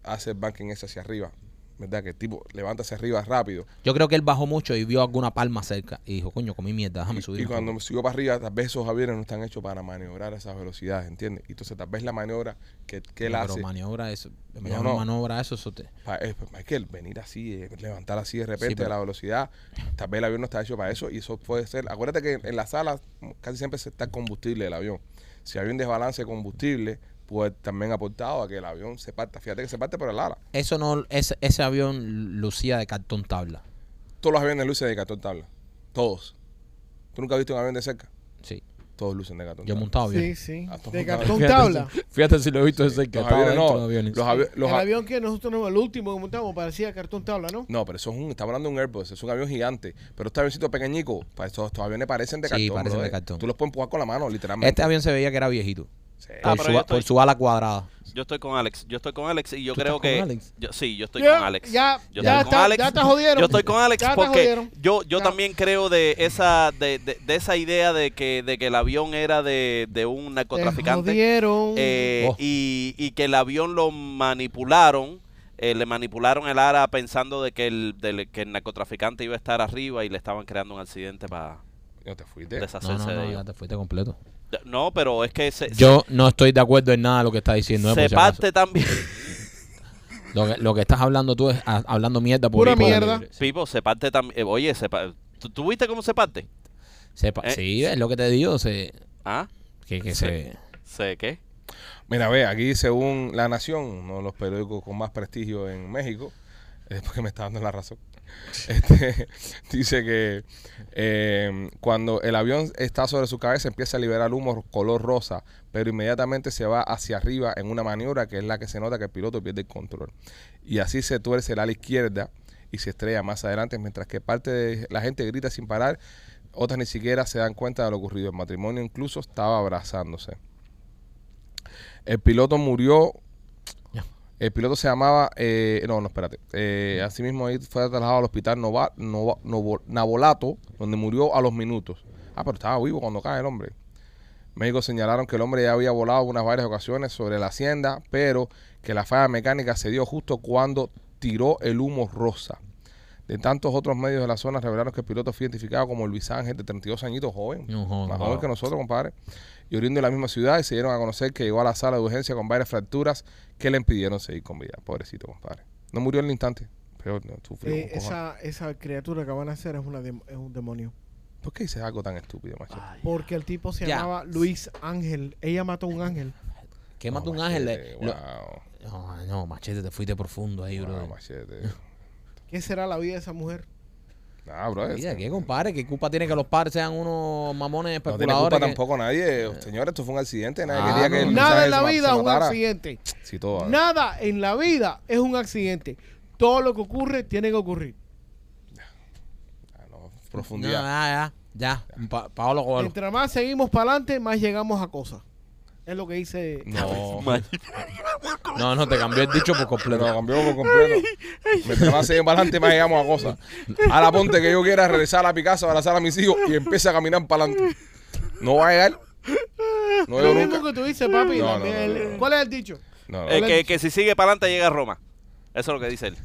hace el banking ese hacia arriba. ¿Verdad? Que el tipo levanta hacia arriba rápido.
Yo creo que él bajó mucho y vio alguna palma cerca. Y dijo, coño, comí mierda, déjame
Y-
subir.
Y
un poco.
cuando subió para arriba, tal vez esos aviones no están hechos para maniobrar a esas velocidades, ¿entiendes? Y Entonces, tal vez la maniobra que, que él
No,
hace.
Pero maniobra eso. me
No,
llama
no.
maniobra eso, eso te-
pa- eh, pues, Michael, venir así, eh, levantar así de repente
pero-
a la velocidad, tal vez el avión no está hecho para eso y eso puede ser. Acuérdate que en la sala casi siempre se está el combustible del avión. Si hay un desbalance de combustible, pues también ha aportado a que el avión se parta. Fíjate que se parte por el ala.
Eso no, ese, ese avión lucía de cartón tabla.
Todos los aviones lucen de cartón tabla. Todos. ¿Tú nunca has visto un avión de cerca?
Sí.
Todos lucen de cartón
Yo he
tabla.
montado
Sí,
avión.
sí.
Ah, toma,
De
toma.
cartón tabla.
Fíjate si lo he visto de cerca.
Los
estaba
aviones
dentro de
no.
aviones.
Los avi- los
el
a-
avión que nosotros no, el último que montamos parecía cartón tabla, ¿no?
No, pero eso es un, estamos hablando de un Airbus, es un avión gigante. Pero este avioncito pequeñico, para estos, estos aviones parecen de
Sí,
cartón.
parecen
brother.
de cartón.
Tú los puedes empujar con la mano, literalmente.
Este avión se veía que era viejito.
Sí.
Ah,
por,
pero
su,
yo
a-
estoy-
por su ala cuadrada.
Yo estoy con Alex. Yo estoy con Alex y yo
¿Tú
creo
estás con
que.
Alex?
Yo, sí, yo estoy
Ya,
con Alex.
ya,
yo
ya
estoy
está- ya te jodieron.
Yo estoy con Alex
Ya te
porque
jodieron.
yo, yo
Ya.
también creo de esa de, de, de esa idea de que, de que el avión era de, de un
Te
narcotraficante
jodieron.
eh,
Oh.
y, y que el avión lo manipularon. eh, le manipularon el ara pensando de que el, del- que el narcotraficante iba a estar arriba y le estaban creando un accidente para
No te fuiste.
No,
deshacerse
no,
de
no, ya
ellos.
te fuiste completo.
No, pero es que se,
Yo no estoy de acuerdo en nada de lo que está diciendo. eh,
se
por si acaso.
parte también. (laughs)
Lo que, lo que estás hablando tú es ah, hablando mierda. por-
Pura
por-
mierda.
Pipo, se parte también. eh, Oye, se pa- ¿tú, tú viste cómo se parte?
se pa-
Eh.
Sí, es lo que te digo. Se,
¿Ah?
que, que
Sí.
se,
¿Sé qué?
Mira, ve, aquí según La Nación, uno de los periódicos con más prestigio en México, es porque me está dando la razón. Este, dice que eh, cuando el avión está sobre su cabeza empieza a liberar humo color rosa, pero inmediatamente se va hacia arriba en una maniobra que es la que se nota que el piloto pierde el control. Y así se tuerce el ala izquierda y se estrella más adelante, mientras que parte de la gente grita sin parar, otras ni siquiera se dan cuenta de lo ocurrido. El matrimonio incluso estaba abrazándose. El piloto murió.
Ya.
El piloto se llamaba. eh, no, no, espérate. Eh, asimismo, ahí fue trasladado al hospital Nova, Nova- Novo- Navolato, donde murió a los minutos. Ah, pero estaba vivo cuando cae el hombre. Médicos señalaron que el hombre ya había volado unas varias ocasiones sobre la hacienda, pero que la falla mecánica se dio justo cuando tiró el humo rosa. De tantos otros medios de la zona revelaron que el piloto fue identificado como Luis Ángel, de 32 añitos, joven.
No, joven,
más
wow.
joven que nosotros, compadre. Y oriundo de la misma ciudad y se dieron a conocer que llegó a la sala de urgencia con varias fracturas que le impidieron seguir con vida. Pobrecito, compadre. No murió en el instante. Pero no, sufrió
Eh,
un cojón.
esa, esa criatura que van a hacer es, una dem- es un demonio.
¿Por qué dices algo tan estúpido, macho?
Porque el tipo se
Ya.
llamaba Luis Ángel. Ella mató a un ángel.
¿Qué mató
No,
un ángel?
machete,
Le-
Wow,
lo- No, no, machete, te fuiste profundo ahí,
wow,
bro. (laughs)
machete.
¿Qué será la vida de esa mujer?
Nah, bro.
Mira,
es-
¿qué, compadre? ¿Qué culpa tiene que los padres sean unos mamones
No tiene
especuladores?
culpa
que- Eh.
tampoco nadie. Señores, esto fue un accidente. Nadie
Ah,
quería
no.
que Luis
Nada en
Ángel
la
se ma- se
vida es un
matara.
accidente.
Sí, todo. eh.
Nada en la vida es un accidente. Todo lo que ocurre tiene que ocurrir.
Ah, no,
No,
profundidad.
ya, ya, ya. Pa- Paolo Coelho.
Mientras más seguimos para adelante, más llegamos a cosas. Es lo que dice.
(laughs)
No.
No, no, te cambió el dicho por
Pero
completo.
lo cambió por completo. Mientras más seguimos para adelante, más llegamos a cosas. A la ponte que yo quiera regresar a la Picasso, abrazar a mis hijos y empieza a caminar para adelante. No va a llegar. No
lo
llego
mismo
nunca.
que tú dices, papi.
No,
también
no, no, no,
el-
no.
¿Cuál es el dicho?
No, no.
Eh, que, que si sigue para adelante llega a Roma. Eso es lo que dice él.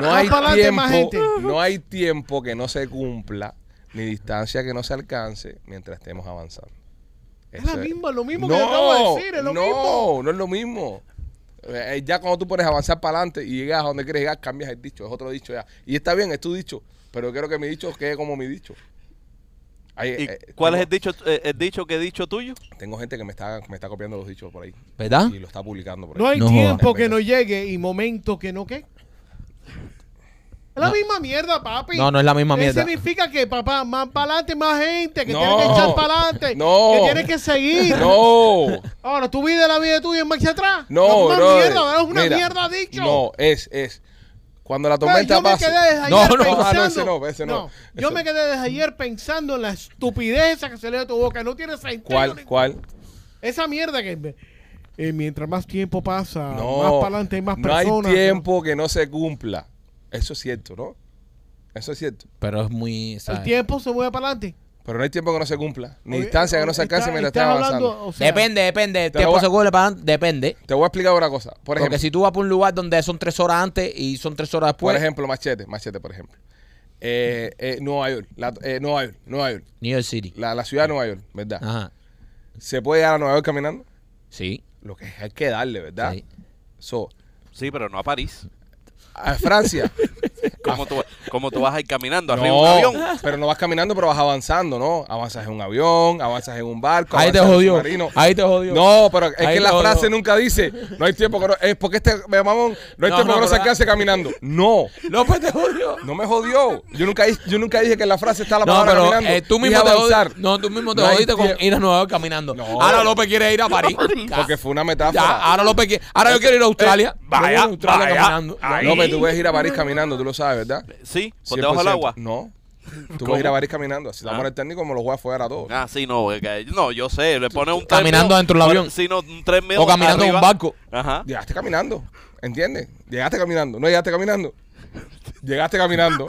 No hay
Más pa'lante, más
tiempo,
gente.
no hay tiempo que no se cumpla, ni distancia que no se alcance mientras estemos avanzando.
Es
Eso
la misma, lo mismo que acabo de decir, es lo
no,
mismo.
No, es lo mismo. Eh, ya cuando tú pones avanzar para adelante y llegas a donde quieres llegar, cambias el dicho, es otro dicho ya. Y está bien, es tu dicho, pero quiero que mi dicho quede como mi dicho. Ahí,
¿Y
eh,
cuál es
tengo-
el dicho, eh, el dicho que he dicho tuyo?
Tengo gente que me está, me está copiando los dichos por ahí.
¿Verdad?
Y lo está publicando por ahí.
¿Ah? No hay
No
tiempo
jodas.
que no llegue y momento que no qué. Es la
No.
misma mierda, papi.
No, no es la misma
¿Qué
mierda.
significa que, papá, más para adelante, más gente, que
No.
tiene que echar para adelante,
No.
que tiene que seguir.
No,
Ahora, tú vives la vida tuya en marcha atrás.
no,
es una
brother.
mierda, es una
Mira,
mierda dicho.
No, es, es. Cuando la
Güey,
tormenta
yo me
pase.
quedé desde ayer
No, no,
pensando.
ah, no, (laughs) ese no, ese no.
yo
Ese-
me quedé desde ayer pensando en la estupidez esa que se de tu boca. No tiene sentido.
¿Cuál,
ni-
cuál?
Esa mierda que me- eh, mientras más tiempo pasa,
No,
más para adelante hay más
no
personas.
hay tiempo que no se cumpla. Eso es cierto, ¿no? Eso es cierto.
Pero es muy.
El
¿sabes?
tiempo se mueve para adelante.
Pero no hay tiempo que no se cumpla, ni
Oye,
distancia que no se
está-
alcance mientras
estás
estás avanzando.
hablando, o sea,
depende, depende. El
te lo
tiempo
voy a-
se cubre para adelante, Depende.
Te voy a explicar una cosa. Por ejemplo,
Porque si tú vas por un lugar donde son tres horas antes y son tres horas
por
después.
ejemplo, machete, machete, por ejemplo. Eh, eh, Nueva York, la- eh, Nueva York, Nueva York,
New York City.
la, la ciudad de Nueva York, ¿verdad?
Ajá.
¿Se puede llegar a Nueva York caminando?
Sí.
Lo que hay que darle, ¿verdad?
Sí.
So,
Sí, pero no
(laughs)
a París.
a Francia.
¿Cómo tú, cómo tú vas a ir caminando arriba de un
no,
avión?
pero no vas caminando, pero vas avanzando, ¿no? Avanzas en un avión, avanzas en un barco,
Ahí te
avanzas en un
jodió.
submarino.
Ahí te jodió.
No, pero es
Ahí
que la
no,
frase
no.
nunca dice, no hay tiempo que no, es porque este me mamón, no hay
No,
tiempo
no,
que no se
pero-
alcance caminando. No,
López pues te jodió.
no me jodió. Yo nunca, di- yo nunca dije que en la frase está la
No,
palabra
pero
caminando.
eh, tú, mismo
Dije
te
avanzar.
jodiste, no, tú mismo te
No hay
jodiste con
tiempo.
ir a Nueva York caminando.
No.
Ahora López quiere ir a París.
Porque Eh, fue una metáfora.
Ya, ahora López quiere, ahora yo quiero ir a Australia. Yo voy a
vaya,
Australia
vaya.
caminando.
Ahí.
No, pero tú puedes ir a París caminando, tú lo sabes, ¿verdad?
Sí, por debajo del
100%.
agua.
No. Tú
¿Cómo?
puedes ir a París caminando. Así la
Ah.
mujer el técnico me los voy a fuera a todos.
Ah, sí, no, eh, que- no, yo sé, le pones un
Caminando dentro del avión.
Sí, no, un tren medio
O caminando en un
arriba.
barco.
Ajá.
Llegaste caminando, ¿entiendes? Llegaste caminando, no llegaste caminando. Llegaste caminando.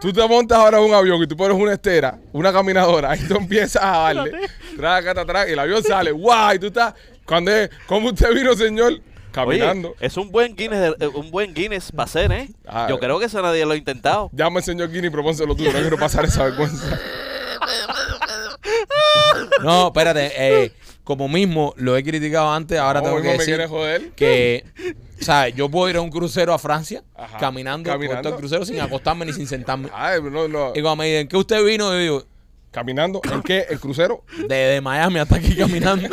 Tú te montas ahora en un avión y tú pones una estera, una caminadora, ahí tú empiezas a darle. Traca, tra, tra, y el avión sale, ¡guau! Y tú estás, cuando es, ¿cómo usted vino, señor?
Oye,
Caminando.
eh.
es un buen Guinness, de- eh, un buen Guinness para hacer, ¿eh?
Ah,
Yo creo que eso nadie lo ha intentado.
Llama al señor Guinea y propónselo tú, no quiero pasar esa vergüenza.
No, espérate. eh, como mismo lo he criticado antes, ahora
¿Cómo
tengo
mismo
que
me
decir
quieres joder?
que, ¿sabes? Yo puedo ir a un crucero a Francia
Ajá,
caminando, por
caminando. Ah.
todo el crucero sin acostarme ni sin sentarme.
Ay, no, no.
Y cuando me dicen, ¿qué usted vino? Yo digo,
Caminando, ¿en qué? ¿El crucero?
desde Miami hasta
(laughs)
aquí caminando.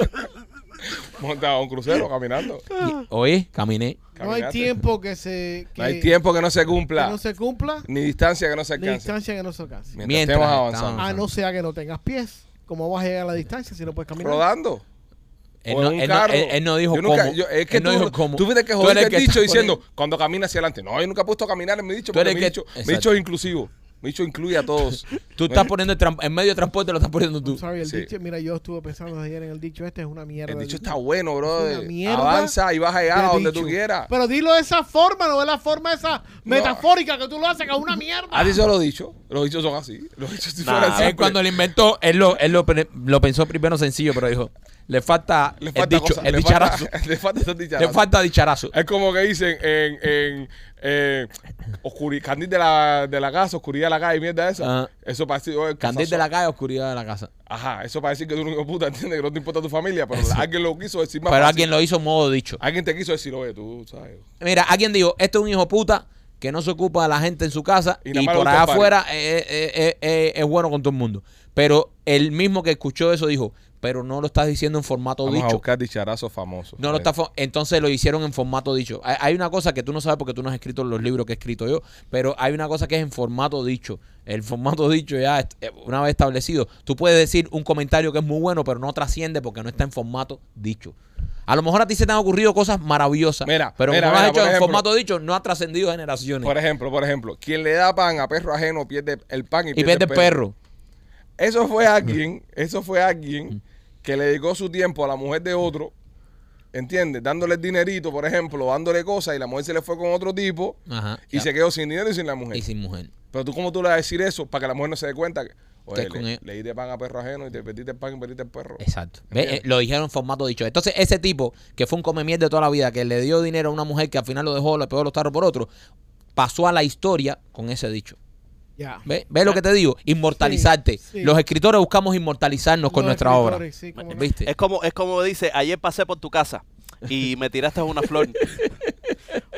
Montado en un crucero, caminando.
Y, oye, caminé.
No hay
Caminaste.
tiempo que se que,
No hay tiempo que no se
que
cumpla,
no se cumpla,
ni distancia que no se
ni
alcance.
distancia que no se alcance.
Mientras,
Mientras
estemos avanzando.
estamos-
A Ah, no sea que no tengas pies. ¿Cómo vas a llegar a la distancia si no puedes caminar?
rodando.
Él
o
no,
en un
él no-
carro.
él- él no dijo
Yo nunca-
cómo.
yo- es que
Él no
tú,
dijo cómo.
tú fuiste que
Tú
jodiste
eres
el
que
dicho
estás
diciendo
jodiendo.
cuando camina hacia adelante. No, yo nunca he puesto a caminar en mi dicho
Tú
porque
eres
mi,
que-
dicho, mi
Exacto.
dicho es inclusivo. Mi dicho incluye a
(laughs)
todos.
Tú estás poniendo el, tran- el medio de transporte, lo estás poniendo
I'm
tú.
sorry, el
Sí.
dicho- mira, yo estuve pensando desde ayer en el dicho este, es una mierda.
El dicho
de
está bueno, bro.
una mierda
Avanza y vas a llegar a
de
donde
dicho.
tú quieras.
Pero dilo de esa forma, no de la forma esa metafórica que tú lo haces, que es una mierda.
Así son los dichos. Los dichos son así. Los dichos sí
Nah.
fueran
Ah, Él
simples.
cuando lo inventó, él lo, él lo, pre- lo pensó primero sencillo, pero dijo, le falta,
Le
el,
falta Eh,
dicho,
cosa-
el
le falta- (laughs)
dicharazo.
Le falta estar
le
dicharazo.
falta dicharazo.
Es como que dicen en, en, en oscuri- candil de la, de la casa, oscuridad de la calle, mierda esa.
Ajá.
Eso parece oh,
Ah. Candil de la calle, oscuridad de la casa.
Ajá, eso para decir que tú eres un hijo de puta, (laughs) ¿entiendes? Que no te importa tu familia, pero alguien lo quiso decir más
Pero
fácil.
alguien lo hizo modo dicho.
Alguien te quiso decir, oye, tú, ¿sabes?
Mira, alguien dijo, este es un hijo puta que no se ocupa de la gente en su casa
Y
y,
nada más le
por
gusta
allá
el party.
afuera eh, eh, eh, eh, es bueno con todo el mundo. Pero el mismo que escuchó eso dijo, pero no lo estás diciendo en formato
Vamos a
dicho.
buscar dicharazos famosos.
No, no está. fo- Entonces lo hicieron en formato dicho. Hay, hay una cosa que tú no sabes porque tú no has escrito los libros que he escrito yo, pero hay una cosa que es en formato dicho. El formato dicho ya, est- eh, una vez establecido, tú puedes decir un comentario que es muy bueno, pero no trasciende porque no está en formato dicho. A lo mejor a ti se te han ocurrido cosas maravillosas,
Mira,
pero
mira,
como lo has
mira,
hecho
por
en
ejemplo.
formato dicho, no ha trascendido generaciones.
Por ejemplo, por ejemplo, quien le da pan a perro ajeno pierde el pan y
y
pierde,
vete perro.
Eso fue alguien, eso fue alguien que le dedicó su tiempo a la mujer de otro, ¿entiendes? Dándole el dinerito, por ejemplo, dándole cosas y la mujer se le fue con otro tipo
Ajá.
y se quedó sin dinero y sin la mujer.
Ah, y sin mujer.
Pero tú, ¿cómo tú le vas a decir eso para que la mujer no se dé cuenta que, oye,
Estás con
le,
él.
le diste pan a perro ajeno y te perdiste el pan y perdiste el perro?
Exacto. Ve,
¿Entiendes?
eh, lo dijeron en formato dicho. Entonces, ese tipo que fue un come mierda de toda la vida, que le dio dinero a una mujer que al final lo dejó, le pegó los tarros por otro, pasó a la historia con ese dicho.
Ya.
¿Ve, ¿Ve lo que te digo? Inmortalizarte.
Sí, sí.
Los escritores buscamos inmortalizarnos con
Los
nuestra obra.
Eh,
escritores, sí, cómo no.
¿Viste?
Es como, es como dice, ayer pasé por tu casa. y me tiraste
(laughs)
una flor.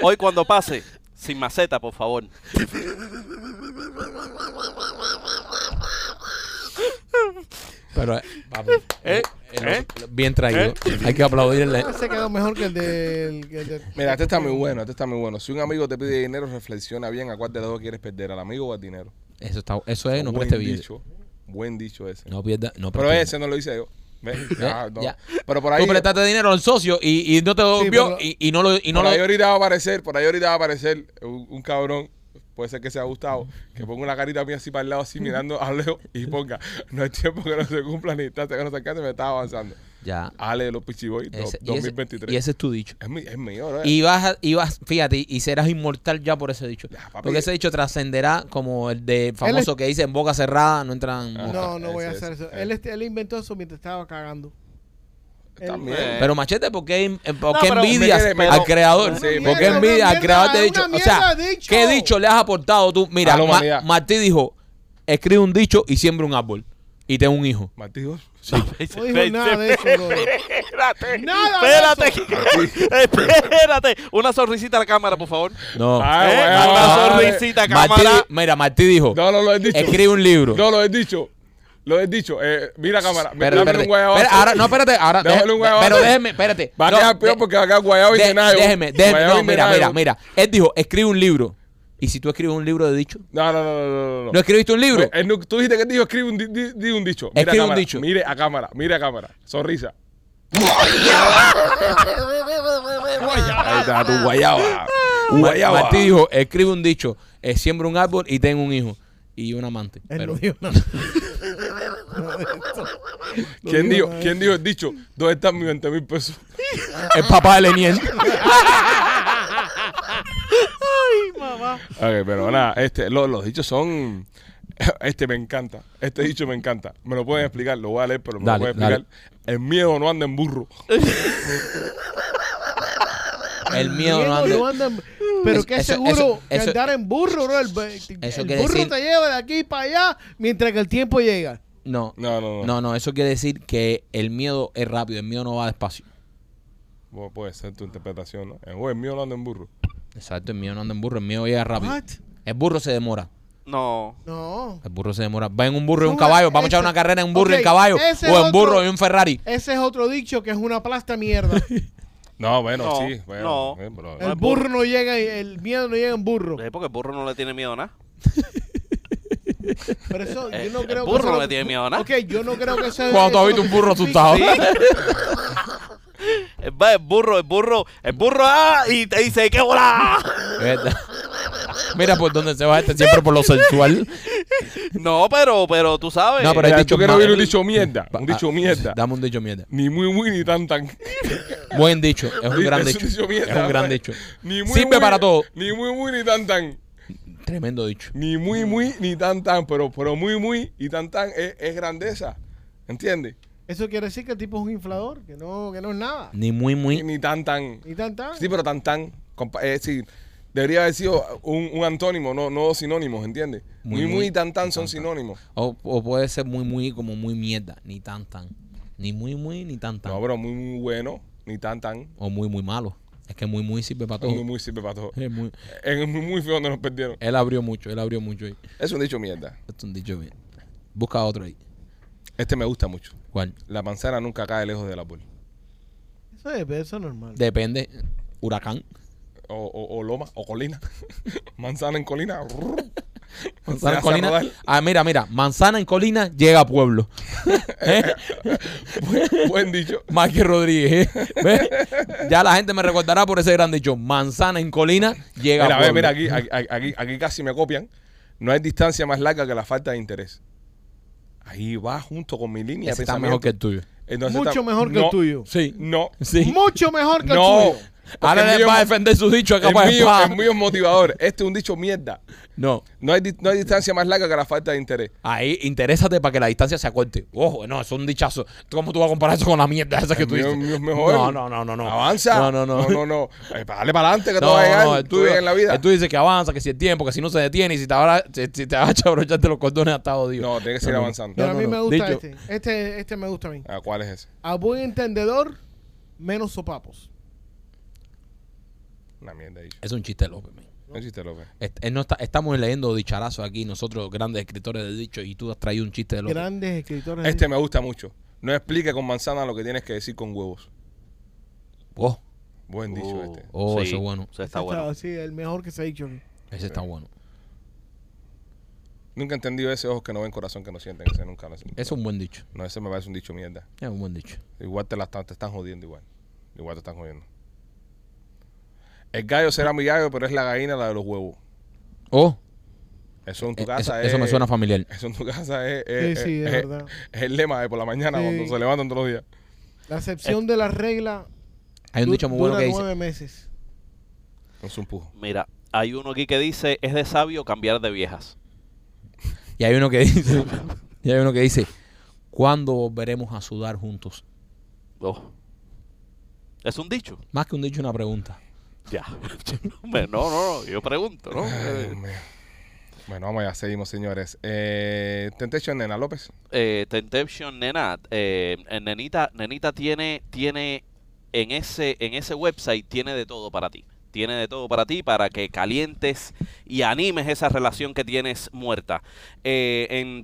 Hoy cuando pase, sin maceta, por favor.
Pero, eh, papi,
¿Eh?
el-
¿Eh?
bien traído. Hay que aplaudirle.
Ah, Se quedó mejor que el del. que el del-
Mira, este está muy bueno, este está muy bueno. Si un amigo te pide dinero, reflexiona bien a cuál de los dos quieres perder, al amigo o al dinero.
Eso, está, eso es, no
Buen
preste bien.
dicho, Buen dicho ese.
No pierda. No
pero
preste-
ese no lo hice yo.
(laughs)
¿Ves? Ah, no.
ya.
Pero por ahí,
Tú prestaste dinero al socio y, y no te devolvió
pero-
y, y no lo. Y no
por
lo
ahí ahorita va a aparecer, por ahí ahorita va a aparecer un, un cabrón, puede ser que sea Gustavo, que ponga una carita mía así para el lado, así mirando a lejos y ponga, no hay tiempo que no se cumpla ni distancia que no se alcance, me estaba avanzando.
ya.
Ale de los Pichiboy do-
Ese- y, ese,
2023.
y ese es tu dicho.
es, mi, es mío, ¿no?
Y vas, a- y vas, fíjate, y serás inmortal ya por ese dicho.
Ya, papi.
Porque ese dicho trascenderá como el de famoso que dice en boca cerrada no entran
Ah.
moscas".
No, no voy a
Ese,
hacer
ese,
eso.
eh.
ese.
Él, este- él inventó eso mientras estaba cagando.
También.
Eh,
Pero machete, ¿por qué, eh, por
No,
qué
pero-
envidias
Me quedé- me-
al creador?
Sí, me
¿Por qué
quedé-
envidias al
una
creador de
mierda,
dicho?
una
O sea,
mierda de dicho.
¿qué dicho le has aportado tú? Mira,
A la
Ma-
humanidad.
Martí dijo, escribe un dicho y siembra un árbol. Y ten un hijo.
Martíos.
(laughs)
No dijo nada de eso, bro.
Espérate.
Nada de
Espérate. (laughs) Espérate. Una sonrisita a la cámara, por favor.
No.
Ah,
Eh,
bueno,
una
vale.
sonrisita a
Martí
cámara.
di- mira, Martí dijo,
No, no lo he dicho.
escribe un libro.
No lo he dicho. Lo he dicho. Eh, mira cámara.
Espérate,
Dame
espérate.
un guayabo.
Espera, ahora, no, espérate, ahora.
Dámele
deje-
un guayabazo.
pero déjeme, espérate.
Va a
No,
quedar peor
de-
porque va a quedar guayabo y
de-
nenayo.
Déjeme, déjeme-
Guayabo
No,
y
mira,
nenayo.
mira, mira. Él dijo, escribe un libro. Y si tú escribes un libro de dicho,
No, no, no, no, no, no.
¿no escribiste un libro?
Él no- eh, tú dijiste que él dijo, escribe un, di- di- di un dicho. Mira a
Escribe un
cámara,
dicho.
Mire a cámara, mire a cámara. Sonrisa. Ahí está tu guayaba.
Guayaba.
Guayaba.
Martí dijo, escribe un dicho, eh, siembra un árbol y ten un hijo y un amante.
Él
Pero-
no dijo nada.
¿Quién
No digo
dijo,
nada.
¿Quién dijo el dicho? ¿Dónde están mis 20 mil pesos?
el papá de
(laughs)
Leniel.
Ok, pero nada, este, lo- los dichos son. (laughs) Este me encanta. Este dicho me encanta. Me lo pueden explicar, lo voy a leer, pero me
Dale,
lo pueden explicar. El miedo no anda en burro.
(laughs) el miedo no
Miedo
anda. Mm.
anda en- Pero
Es-
qué
eso-
seguro
eso-
que
eso-
andar en burro, bro. El, el
Eso quiere
burro
decir-
te lleva de aquí para allá mientras que el tiempo llega.
No.
No, no, no.
No, no, eso quiere decir que el miedo es rápido, el miedo no va despacio.
Bueno, puede ser tu interpretación, ¿no? Eh, güey, El miedo no anda en burro.
Exacto, el miedo no anda en burro, el miedo llega rápido.
What?
El burro se demora.
No.
No.
El burro se demora. Va en un burro y un
Son
caballo.
las-
Vamos a echar
ese-
una carrera en un burro y
Ok,
un caballo.
ese
O en
otro-
burro y un Ferrari.
Ese es otro dicho que es una
(laughs)
plasta mierda.
No, bueno,
No,
sí. Bueno,
no.
eh, pero-
El
es
burro no llega, y- el miedo no llega
(laughs)
en burro.
Eh, Porque el burro no le tiene miedo a nada.
Pero eso,
Eh,
yo no
el
creo
burro
que eso-
no le tiene miedo a nada.
Ok, yo no creo que
(laughs)
sea.
Cuando tú has
eso
visto
lo
un
(laughs)
burro
que
asustado. (laughs)
significa.
Eh, va El burro, el burro, el burro, ah, y te dice, ¡qué bola! (laughs)
¿Verdad? Mira por dónde se va este, siempre por lo sensual.
No, pero, pero tú sabes.
No, pero-
Mira,
el
yo
dicho
quiero
ma-
oír un dicho mierda.
Va-
Un dicho
ah,
mierda.
Dame un dicho mierda.
Ni muy, muy, ni tan,
(laughs)
tan.
Buen dicho, es un
(laughs)
gran
Es
dicho. Es
mierda,
un gran
¿vale?
dicho.
Ni muy,
Sirve
muy,
para todo.
Ni muy, muy, ni tan, tan.
Tremendo dicho.
Ni muy, muy, ni tan, tan. Pero, pero muy, muy y tan, tan es, es grandeza. ¿Entiendes?
Eso quiere decir que el tipo es un inflador, que no, que no es nada.
Ni muy,
Ni, (laughs)
muy.
ni tan, tan.
Ni tan tan.
Sí, pero tan, tan. compa- Es decir, debería haber sido un, un antónimo, no, no dos sinónimos, ¿entiendes?
Muy,
Muy,
muy
muy y tan, tan son
tan, tan.
sinónimos.
O, o puede ser muy, muy, como muy mierda. Ni tan, tan. Ni muy, muy, ni tan, tan.
No, pero muy, muy bueno, ni tan, tan.
O muy, muy malo. Es que muy, muy sirve para todo.
Muy, muy sirve para todo.
Es muy-
Es muy, muy feo donde nos perdieron.
Él abrió mucho, él abrió mucho ahí.
Es un dicho mierda.
Esto es un dicho bien. Busca otro ahí.
Este me gusta mucho.
¿Cuál?
La manzana nunca cae lejos del árbol.
Eso es eso es normal.
Depende. Huracán.
O, o- o loma, o colina. (laughs) manzana en colina. (laughs) Se
Manzana en
hace
colina.
rodar.
Ah, mira, mira. Manzana en colina llega
(laughs)
a pueblo. ¿Eh?
Buen dicho.
Mikey Rodríguez. ¿eh? ¿Ves? Ya la gente me recordará por ese gran dicho. Manzana en colina llega
Mira,
a
a ver,
pueblo.
mira, aquí, aquí, aquí- aquí casi me copian. No hay distancia más larga que la falta de interés. Ahí va junto con mi línea
Ese
de
está
pensamiento.
mejor que el tuyo.
Entonces
Mucho
está-
mejor que el
no,
tuyo.
Sí.
No.
Sí.
Mucho mejor que el
No.
tuyo.
Ahora
Porque
le
el mío-
va a defender su dicho a
El
capa de
mío,
espada.
el mío es motivador. Este es un dicho mierda.
No.
No hay, di- no hay distancia más larga que la falta de interés.
Ahí, interésate para que la distancia se acorte. Ojo, no, eso es un dichazo. ¿Tú ¿Cómo tú vas a comparar eso con la mierda esa que
El
tú
mío-
dices?
el mío es mejor.
No, no, no, no, no.
Avanza.
No, no, no.
No, no, no. Eh, dale para adelante que todo
No,
va a llegar.
no, el
tú
tuyo,
llegas en la vida.
el tuyo dice que avanza, que si el tiempo, que si no se detiene y si te, abra- si- si te vas a abrocharte los cordones hasta odio.
No, tiene que seguir avanzando.
Pero a mí me gusta
Dicho-
este. este. Este me gusta a mí.
Ah, ¿Cuál es ese?
A buen entendedor, menos sopapos.
Una mierda, dicho.
Es un chiste, López. man.
No existe López.
Est- eh, no está- estamos leyendo dicharazos aquí, nosotros grandes escritores de dicho, y tú has traído un chiste de López.
Grandes escritores. de-
Este me gusta mucho. No explique con manzana lo que tienes que decir con huevos.
Oh,
Buen dicho
Oh,
este.
Oh, eso es bueno.
Eso está bueno.
Sí, el mejor que se ha dicho.
ese está bueno.
Nunca he entendido ese ojos que no ven, corazón que no sienten. Ese nunca lo
Es un buen dicho.
No, ese me parece un dicho mierda.
Es un buen dicho.
Igual te, la están- te están jodiendo igual. Igual te están jodiendo. El gallo será mi gallo, pero es la gallina la de los huevos.
Oh,
Eso en tu
eh, eso,
casa es...
eso me suena familiar.
Eso en tu casa es... es-
Sí, sí, es
es-
verdad.
es el lema de por la mañana
Sí.
cuando se levantan todos los días.
La excepción de la regla
Hay un
du-
dicho muy bueno
dura
que dice:
nueve meses.
Es un pujo.
Mira, hay uno aquí que dice, es de sabio cambiar de viejas.
Y hay uno que dice, (laughs) y hay uno que dice, ¿cuándo volveremos a sudar juntos?
Oh. Es un dicho.
Más que un dicho, una pregunta.
Ya. Hombre, (laughs) no, no, no, yo pregunto, ¿no? Eh,
Ay, Dios mío. Bueno, vamos allá, seguimos, señores. Eh, Temptation Nena López.
Eh, Temptation, nena, eh, eh, nenita, nenita tiene, tiene en ese, en ese website tiene de todo para ti. Tiene de todo para ti, para que calientes y animes esa relación que tienes muerta. Eh, en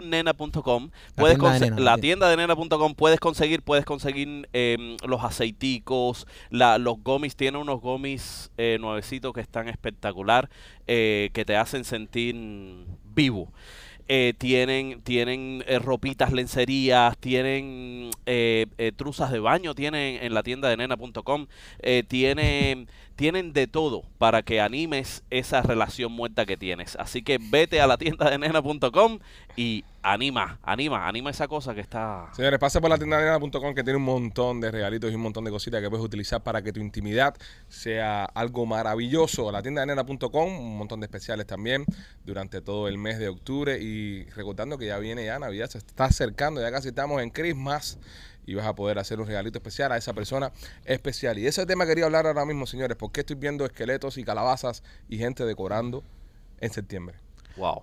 temptationnena.com puedes
tienda de
conse-
nena,
la
sí.
tienda de nena.com puedes conseguir, puedes conseguir eh, los aceiticos, la, los gomis, tiene unos gomis eh, nuevecitos que están espectacular, eh, que te hacen sentir vivo. Eh, tienen tienen eh, ropitas, lencerías, tienen eh, eh, truzas de baño, tienen en la tienda de nena.com, eh, tiene,
(laughs)
tienen de todo para que animes esa relación muerta que tienes. Así que vete a la tienda de nena.com y anima, anima, anima esa cosa que está...
Señores, pasa por la tienda de nena.com que tiene un montón de regalitos y un montón de cositas que puedes utilizar para que tu intimidad sea algo maravilloso. La tienda de nena.com, un montón de especiales también durante todo el mes de octubre. Y recordando que ya viene ya Navidad, se está acercando, ya casi estamos en Christmas. Y vas a poder hacer un regalito especial a esa persona especial. Y de ese tema quería hablar ahora mismo, señores, porque estoy viendo esqueletos y calabazas y gente decorando en septiembre.
¡Wow!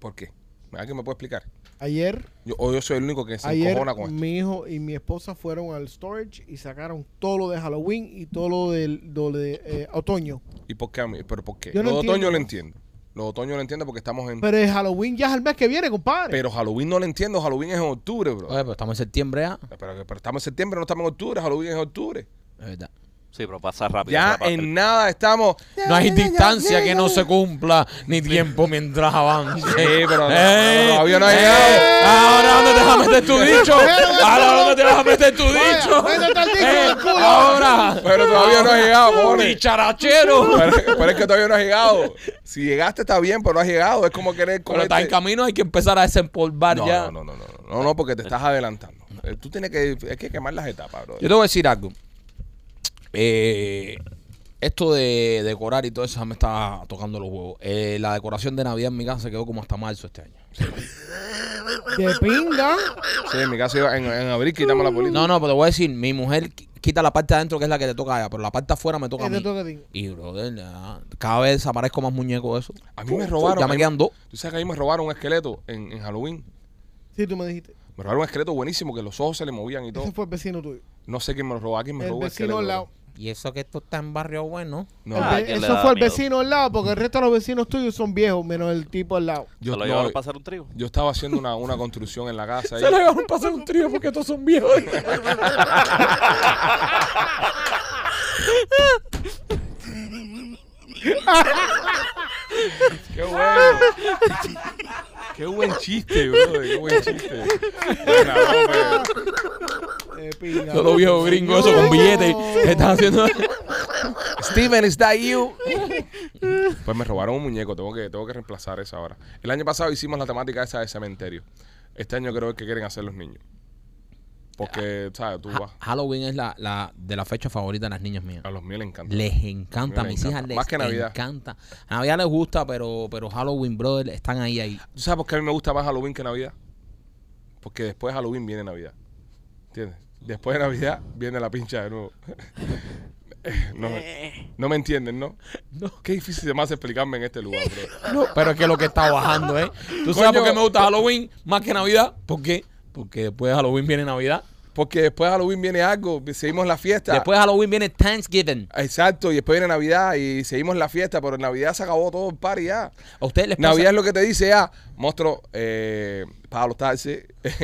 ¿Por qué? ¿Alguien me puede explicar?
Ayer,
Yo, o yo soy el único que se
ayer
encojona con esto.
mi hijo y mi esposa fueron al storage y sacaron todo lo de Halloween y todo lo del- lo de, eh, otoño.
¿Y por qué a mí? ¿Pero por qué?
Yo no
lo de otoño
entiendo.
lo entiendo. Lo de otoño lo entiendo porque estamos en... Pero,
Pero el Halloween ya es el mes que viene, compadre.
Halloween no lo entiendo. Halloween es en octubre, bro.
Oye, pero estamos en septiembre ¿ah? ya.
Pero, pero estamos en septiembre, no estamos en octubre. Halloween es en octubre.
Es verdad.
Sí, pero pasa rápido.
Ya
esa parte.
en nada estamos...
No hay distancia que no se cumpla, ni tiempo mientras avance.
Sí, pero no,
¡Eh!
todavía no ha
¡Eh!
llegado.
Ahora dónde te vas a meter tu dicho. Ahora dónde te vas a meter tu
Vaya,
dicho.
métete el dicho
¡Eh!
del culo.
Ahora.
Pero todavía no ha llegado, cojones.
Dicharachero.
Pero, pero es que todavía no has llegado. Si llegaste está bien, pero no has llegado. Es como querer
Pero está en
comerte-
camino, hay que empezar a desempolvar
no,
ya.
no, no, no, no, no, no, no, porque te estás adelantando. Eh, Tú tienes que, hay que quemar las etapas, bro.
Yo te voy a decir algo. Eh, esto de decorar y todo eso me está tocando los huevos. Eh, la decoración de Navidad en mi casa se quedó como hasta marzo este año.
De pinga.
Sí, en mi caso iba en, en abril quitamos la política.
No, no, pero te voy a decir, mi mujer qui- quita la parte de adentro que es la que te toca a ella, pero la parte de afuera me toca a
Eh, Te
mí.
toca a ti.
Y brother, ya, cada vez desaparezco más muñeco de eso.
A mí me robaron.
Ya me
a mí-
quedan dos.
Tú sabes que a mí me robaron un esqueleto en, en Halloween.
Sí, tú me dijiste.
Me robaron un esqueleto buenísimo que los ojos se le movían y todo.
Ese fue el vecino tuyo.
No sé quién me lo robó. ¿A quién me
El
robó el
vecino
esqueleto?
al lado.
Y eso que esto está en barrio bueno.
No,
Ah,
El ve-
que le
eso
da
fue el
miedo.
vecino al lado, porque el resto de los vecinos tuyos son viejos, menos el tipo al lado.
yo,
¿Se lo
no,
llevaron a pasar un trigo?
yo estaba haciendo una, una construcción en la
(laughs)
casa.
Se
y-
le van a pasar un trío porque estos son (laughs) viejos.
¡Qué bueno! ¡Qué buen chiste, bro! ¡Qué buen chiste! pues, Buena, López.
De pinga.
Todos los viejos gringos, eso con (laughs) billetes. Están haciendo.
Steven, ¿es that you? Pues me robaron un muñeco, tengo que, tengo que reemplazar esa ahora. El año pasado hicimos la temática esa de cementerio. Este año creo que quieren hacer los niños. Porque, ¿sabes? Tú vas.
Ha- Halloween es la, la de la fecha favorita de las niñas mías.
A los míos les encanta.
Les encanta, a mis
encanta.
hijas les
Más que Navidad.
encanta. Navidad les gusta, pero, pero Halloween, brother, están ahí, ahí.
¿Tú sabes por qué a mí me gusta más Halloween que Navidad? Porque después de Halloween viene Navidad. ¿Entiendes? Después de Navidad viene la pincha de nuevo. (laughs) no, me- no me entienden, ¿no? Qué difícil se me hace explicarme en este lugar, bro.
No, pero es que lo
(laughs)
que está bajando, ¿eh? ¿Tú
Coño.
sabes por qué me gusta Halloween más que Navidad? ¿Por qué? Porque después de Halloween viene Navidad.
Porque después de Halloween viene algo, seguimos la fiesta.
Después de Halloween viene Thanksgiving.
Exacto, y después viene Navidad y seguimos la fiesta, pero en Navidad se acabó todo el party ya.
A ustedes les pasa.
Navidad es lo que te dice ya, monstruo, eh, Pablo Tarsi,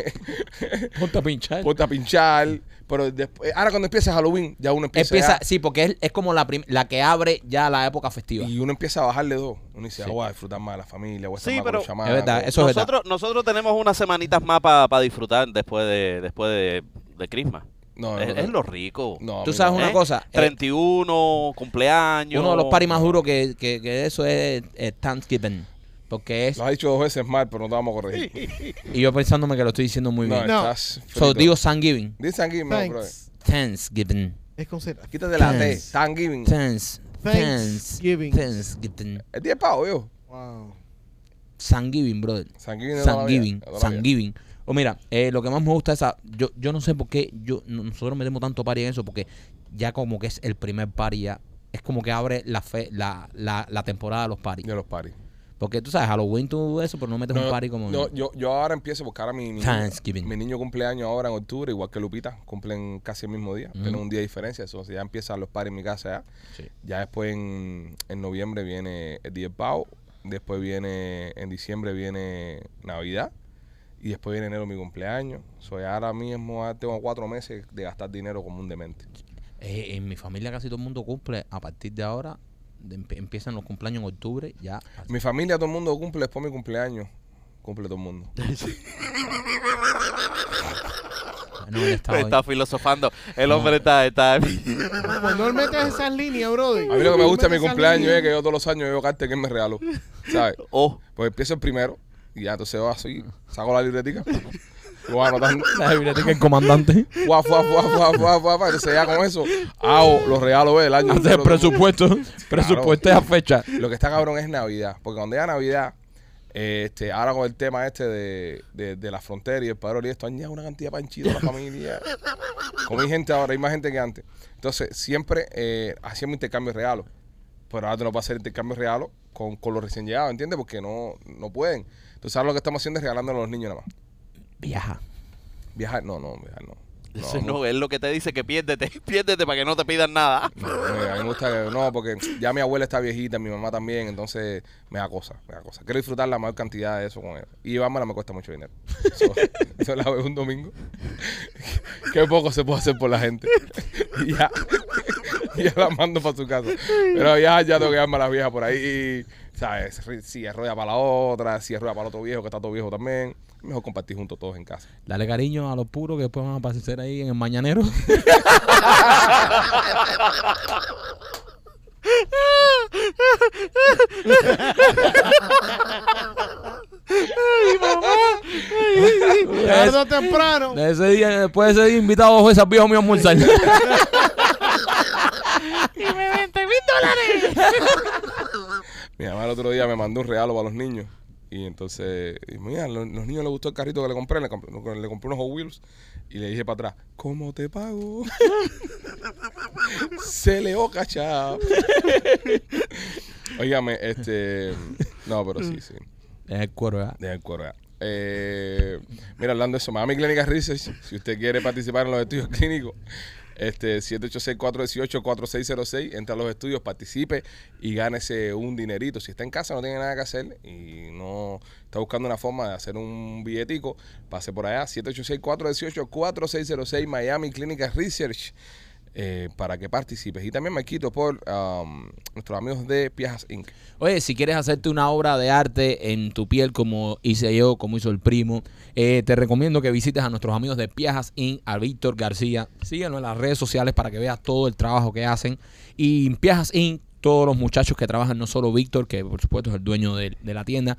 (laughs)
(laughs)
Ponte a pinchar.
ponte a pinchar. Pero después, ahora cuando empieza Halloween, ya uno empieza,
Empieza,
ya-
sí, porque es, es como la, prim- la que abre ya la época festiva.
y uno empieza a bajarle dos. Uno dice, ah, voy a disfrutar más de la familia, voy a estar
Sí,
más con los
pero-
chamacos.
Es verdad, eso- es
nosotros, nosotros tenemos unas semanitas más para disfrutar después de, después de, de Christmas.
No,
es,
no, no.
es lo rico.
No, a
Tú
mí
sabes
no.
una cosa, eh,
31, cumpleaños.
Uno de los paris más duros que, que, que eso es eh, Thanksgiving. Porque es.
Lo has dicho dos veces mal, pero no te vamos a corregir.
Y yo pensándome que lo estoy diciendo muy
No,
bien.
No.
estás
So,
frito.
digo Thanksgiving.
Dice Thanksgiving, no, brother.
Thanks.
Thanksgiving.
Es con Z.
Quítate la T.
Thanks.
Thanksgiving.
Thanks.
Thanksgiving.
Thanksgiving.
Es 10 pavos, yo.
Wow.
Thanksgiving, brother.
Thanksgiving. de toda la vida,
Thanksgiving.
de toda la vida.
Thanksgiving. O mira, eh, lo que más me gusta es esa. Yo, yo no sé por qué yo, no- nosotros metemos tanto party en eso, porque ya como que es el primer party ya. Es como que abre la fe, la, la, la temporada de los paris.
De los paris.
Porque tú sabes, Halloween tú eso, pero no metes un party como.
no, yo, yo ahora empiezo porque ahora mi, mi,
Thanksgiving.
mi niño cumpleaños ahora en octubre, igual que Lupita, cumplen casi el mismo día.
Mm.
Tienen un día de diferencia, eso ya empiezan los paris en mi casa ya.
Sí.
Ya después en, en noviembre viene el día del pavo, después viene en diciembre viene Navidad y después viene enero mi cumpleaños. Soy ahora mismo ya tengo cuatro meses de gastar dinero como un demente.
Eh, en mi familia casi todo el mundo cumple a partir de ahora. de- empe- empiezan los cumpleaños en octubre, ya.
Mi familia, todo el mundo cumple después de mi cumpleaños. Cumple todo el mundo.
No, él está hoy.
(laughs)
(laughs)
Está filosofando. El hombre está. está
Cuando él metes esas líneas, brother.
A mí lo que me gusta de mi
Metes esas
cumpleaños eh,
líneas.
es que yo todos los años veo cartas que él me regaló. ¿Sabes?
oh,
Pues empiezo el primero y ya entonces va así, saco la libretica, voy anotando,
(laughs) La biblioteca
(laughs)
del comandante.
guaf, guaf, guaf, guaf, guaf, guaf, entonces ya con eso hago los regalos del año.
Hace
entero.
el presupuesto. Presupuesto es a fecha.
Lo que está cabrón es Navidad, porque cuando llega Navidad, eh, este, ahora con el tema este de, de, de la frontera y el padrón y esto, han llegado una cantidad de panchitos a la familia. Comí gente ahora, hay más gente que antes. Entonces, siempre eh, hacíamos intercambios de regalos. Pero ahora no va a hacer intercambios de regalos con, con los recién llegados, ¿entiendes? Porque no, no pueden. Entonces, ahora lo que estamos haciendo es regalándolo a los niños nada más.
Viaja.
Viajar, no, no, viajar no.
eso no, es lo que te dice que (laughs) piérdete. Piérdete para que no te pidan nada.
No, me- a mí me gusta que no, porque ya mi abuela está viejita, mi mamá también, entonces me da cosa, me da cosa. Quiero disfrutar la mayor cantidad de eso con ella. Y llevármela me cuesta mucho dinero. (laughs) So, Eso la veo un domingo. (laughs) Qué poco se puede hacer por la gente. (laughs) Y ya, y ya la mando para su casa. Pero ya, ya tengo que llevarme a la vieja por ahí. ¿Sabes? Ri- Si es rueda para la otra, si es rueda para el otro viejo, que está todo viejo también. Mejor compartir juntos todos en casa.
Dale cariño a los puros que después van a aparecer ahí en el mañanero.
(laughs)
Tarde o temprano.
De ese día, después de ese día, invitado a dos veces viejo mío a (laughs) almorzar.
Mi mamá el otro día me mandó un regalo para los niños. Y entonces, y mira, lo- los, niños les gustó el carrito que le compré, le compré, le compré unos Hot Wheels y le dije para atrás, ¿cómo te pago? (laughs) Se le o cachao. Óigame, este, no, pero sí, sí,
Es el cuero, ¿verdad?
deja el cuero ya. Eh, mira, hablando de eso, Miami Clínica Research, si usted quiere participar en los estudios (laughs) clínicos, este 786-418-4606, entra a los estudios, participe y gánese un dinerito. Si está en casa, no tiene nada que hacer y no está buscando una forma de hacer un billetico, pase por allá, 786-418-4606, Miami Clínica Research. eh, para que participes y también me quito por um, nuestros amigos de Piajas Inc.
Oye, si quieres hacerte una obra de arte en tu piel como hice yo, como hizo el primo, eh, te recomiendo que visites a nuestros amigos de Piajas Inc., a Víctor García. Síguenos en las redes sociales para que veas todo el trabajo que hacen. Y en Piajas Inc., todos los muchachos que trabajan, no solo Víctor, que por supuesto es el dueño de, de la tienda,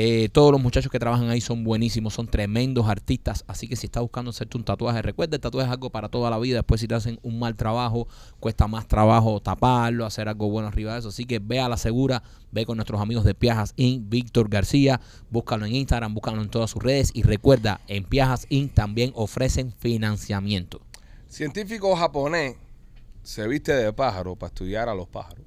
eh, todos los muchachos que trabajan ahí son buenísimos, son tremendos artistas. Así que si estás buscando hacerte un tatuaje, recuerda, el tatuaje es algo para toda la vida. Después, si te hacen un mal trabajo, cuesta más trabajo taparlo, hacer algo bueno arriba de eso. Así que ve a la segura, ve con nuestros amigos de Piajas Inc., Víctor García. Búscalo en Instagram, búscalo en todas sus redes. Y recuerda, en Piajas Inc. también ofrecen financiamiento.
Científico japonés se viste de pájaro para estudiar a los pájaros.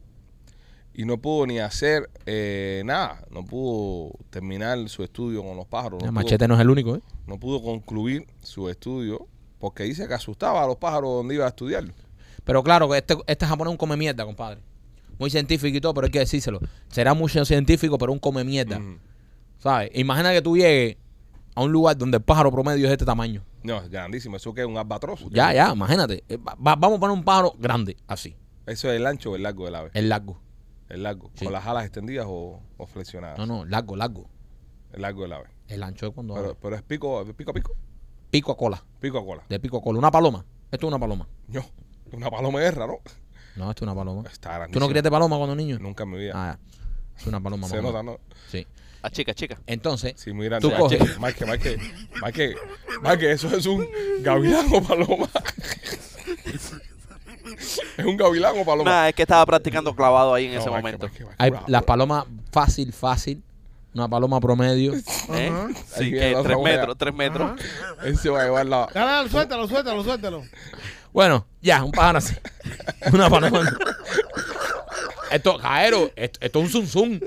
Y no pudo ni hacer eh, nada. No pudo terminar su estudio con los pájaros. No,
El
pudo,
machete no es el único, ¿eh?
no pudo concluir su estudio porque dice que asustaba a los pájaros donde iba a estudiar.
Pero claro, que este, este japonés es un come mierda, compadre. Muy científico y todo, pero hay que decírselo. Será mucho científico, pero un come mierda.
Ujú.
¿Sabes? Imagina que tú llegues a un lugar donde el pájaro promedio es de este tamaño.
No, es grandísimo. Eso que es un albatroz.
Ya, ya, imagínate. Eh, va- va- vamos a poner un pájaro grande, así,
Eso es el ancho o el largo del ave.
el largo.
El largo.
Sí.
Con las alas extendidas o, o flexionadas.
No, no, largo, largo.
El largo del ave.
El ancho es cuando
Pero, pero es pico, pico a pico.
pico a cola,
Pico a cola.
de pico a cola. Una paloma. Esto es una paloma.
No. Una paloma de guerra, ¿no?
No, esto es una paloma.
Está grandísimo.
¿Tú no creías de paloma cuando niño?
Nunca en mi vida.
Ah, ya. es una paloma.
Se nota,
mamá.
¿no?
Sí.
A Ah, chica, chica.
Entonces,
Sí, muy grande.
Tú
Ah,
coges.
che, Mike, Mike, Mike, Mike, eso es un gavilán o
(laughs)
paloma. es un gavilán o paloma.
Nada, es que estaba practicando clavado ahí en
No,
ese
Mike,
momento.
Mike, Mike,
hay
bravo.
las palomas fácil, fácil. Una paloma promedio.
¿Eh?
Ajá.
Ahí
Sí,
viene
que
la otra
tres
moneda.
metros, tres metros.
Ajá.
Él se va a llevar la.
Dale, dale, suéltalo, suéltalo, suéltalo.
Bueno, ya, un pájaro así.
(laughs)
Una paloma. Esto, Jaero, esto, esto es un zum zum.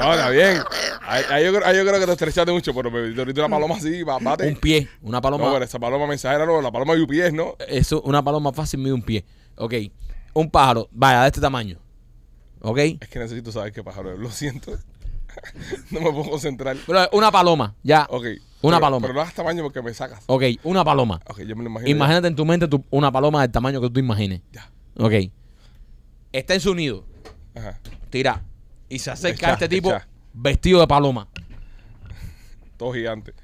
No, está bien. Ahí, ahí yo, creo- ahí yo creo que te estrechaste mucho, pero me te ahorita una paloma así, va- bate.
Un pie. Una paloma.
No, pero esa paloma mensajera no, la paloma UPS, ¿no?
eso, una paloma fácil mide un pie. Ok. Un pájaro, vaya, de este tamaño. Ok.
Es que necesito saber qué pájaro es, lo siento. (laughs) no me puedo concentrar.
Pero una paloma, ya.
Ok.
Una
Pero-
paloma.
Pero no hagas tamaño porque me sacas.
Ok, una paloma.
Ok, yo me lo imagino.
Imagínate en tu mente tu- una paloma del tamaño que tú imagines.
Ya.
Ok. Está en su nido.
ya. Ajá.
Tira. Y se acerca
Echa,
a este tipo
echa.
vestido de paloma.
Todo gigante.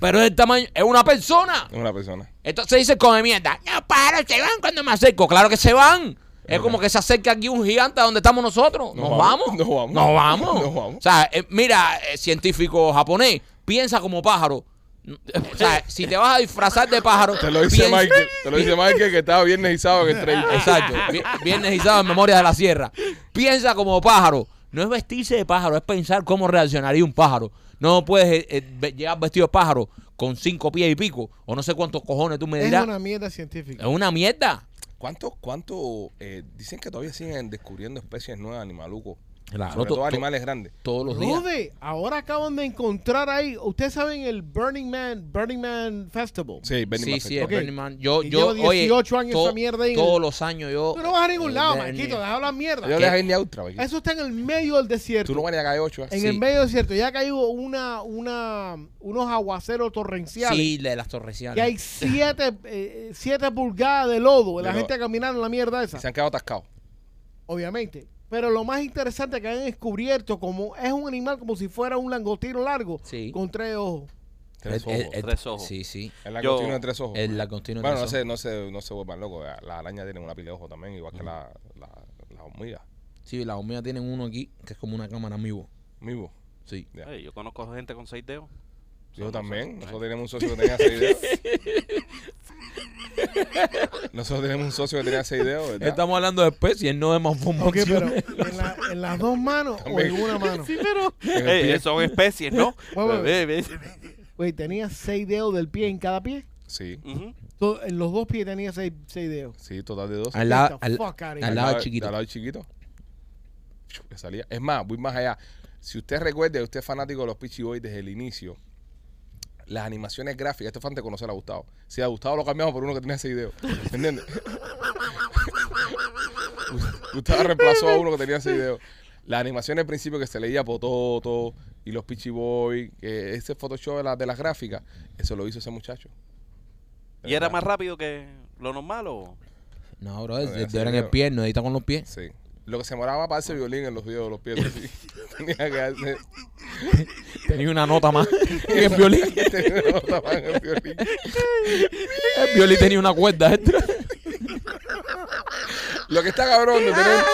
Pero es el tamaño, es una persona.
Es una persona.
Entonces dice come mierda. No, para, se van cuando me acerco. Claro que se van. Es como que se acerca aquí un gigante a donde estamos nosotros. Nos,
Nos
vamos.
vamos, nos vamos.
Nos vamos.
(laughs) Nos vamos.
O sea, eh, mira, eh, científico japonés, piensa como pájaro. eh,
(laughs)
O sea, si te vas a disfrazar de pájaro.
Te lo dice
piensa-
Michael. Te lo dice Michael que estaba viernes y sábado en el tren.
(laughs) Exacto. Vi- Viernes y sábado en Memoria de la Sierra. Piensa como pájaro. No es vestirse de pájaro, es pensar cómo reaccionaría un pájaro. No puedes eh, eh, ve- llegar vestido de pájaro con cinco pies y pico. O no sé cuántos cojones tú me
Es
dirás.
una mierda
Es
científica.
una mierda.
¿Cuánto, cuánto eh, dicen que todavía siguen descubriendo especies nuevas, animalucos?
Claro,
Sobre
to-
todo
to-
animales grandes.
todos los días.
Rude, ahora acaban de encontrar ahí. Ustedes saben el Burning Man, Burning Man Festival.
Sí, Benny
Sí,
Maffei.
sí, es
Ok.
Burning Man. Yo,
Y
yo,
llevo 18 años esa mierda ahí en
todos
el-
los años yo.
Tú no vas a ningún
eh,
lado,
Burning-
Marquito, deja hablar mierda.
Yo no dejas ir ni a Ultra, güey.
Eso está en el medio del desierto.
Tú no vas ni a calle 8.
en
Sí.
el medio del desierto. Ya ha caído una, una, unos aguaceros torrenciales.
Sí, la de las
Que hay
torreciales.
7 pulgadas de lodo. La
Pero-
gente caminando en la mierda esa.
Se han quedado atascados.
Obviamente. Pero lo más interesante que han descubierto como es un animal como si fuera un langostino largo
Sí.
con tres ojos.
Tres
El- el-
ojos.
el-
Tres ojos.
Sí, sí.
Es la
Yo-
continua de tres ojos.
El, la continua
bueno, no
tres
se, no, se, no se vuelvan locos. Las arañas tienen una pila de ojos también, igual que la- la- las hormigas.
ojos. Sí, las hormigas tienen uno aquí que es como una cámara amigo.
Mivo.
Sí.
Ya.
Ey, yo conozco gente con seis dedos.
Yo
Son
también.
nosotros.
Nosotros teníamos un socio que tenía seis
(laughs)
dedos. Nosotros tenemos un socio que tenía seis dedos, ¿verdad?
Estamos hablando de especies, no de
Ok, pero (laughs)
malformaciones.
en, la- en las dos manos o
También.
en una mano.
Sí, pero
En el
(laughs) Ey,
pie.
son especies,
(laughs)
¿no?
Bueno,
Ve, ve.
Oye, tenía seis dedos del pie en cada pie.
Sí,
Ujú.
To- en los dos pies tenía seis, seis dedos.
sí, total de dos.
Al lado,
Get the
al,
fuck out of
al
here.
lado chiquito.
Al lado chiquito. Le salía. Es más, voy más allá. Si usted recuerda, usted es fanático de los Peachy Boys desde el inicio. Las animaciones gráficas, esto fue antes de conocer a Gustavo. Si a Gustavo lo cambiamos por uno que tenía seis dedos. ¿Me entiendes? (laughs) Gu- Gustavo reemplazó a uno que tenía seis dedos. Las animaciones al principio que se leía Pototo y los Peachy Boys, que ese Photoshop de, la- de las gráficas, eso lo hizo ese muchacho.
¿Y era más rápido que lo normal o...?
No, bro, es
Bueno,
de-
así
de ahora en
veo.
el pie, no edita con los pies.
Sí. Lo que se moraba para ese violín en los videos de los pies. así. Tenía que hacer.
Tenía una nota
(laughs)
más. (laughs) Y el
(laughs)
violín.
Tenía una nota más en el violín.
El violín tenía una cuerda extra.
Lo que está cabrón de tener.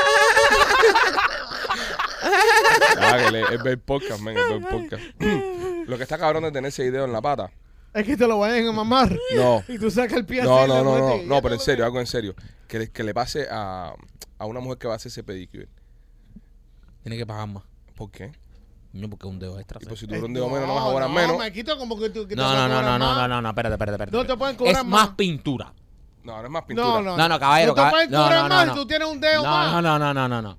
Ah, que le- es ver podcast, man, es ver podcast. (clears throat) Lo que está cabrón de tener ese video en la pata.
Es que te lo vayan a mamar.
No.
(laughs) Y tú sacas el pie
No,
así,
no,
le
no, no,
metes-
no, pero en serio, algo en serio. Que le, que le pase a, a una mujer que va a hacer ese pedicure.
Tiene que pagar más.
¿Por qué?
No, porque es un dedo extra.
Y
sí.
pues si tú
Eh,
eres un dedo menos, no vas a cobrar
no,
menos.
Maquito, como que tú- que te
No,
vas
no,
a
no, no,
cobrar
no,
más.
no, no, no, espérate, espérate, espérate.
No te pueden
Es
cobrar
más
más.
pintura.
No, no es más pintura.
No, no.
No, no, caballero.
No te
cab-
pueden
no,
cobrar
no,
más
no,
si
no.
tú tienes un dedo
no,
más.
No, no, no, no, no, no.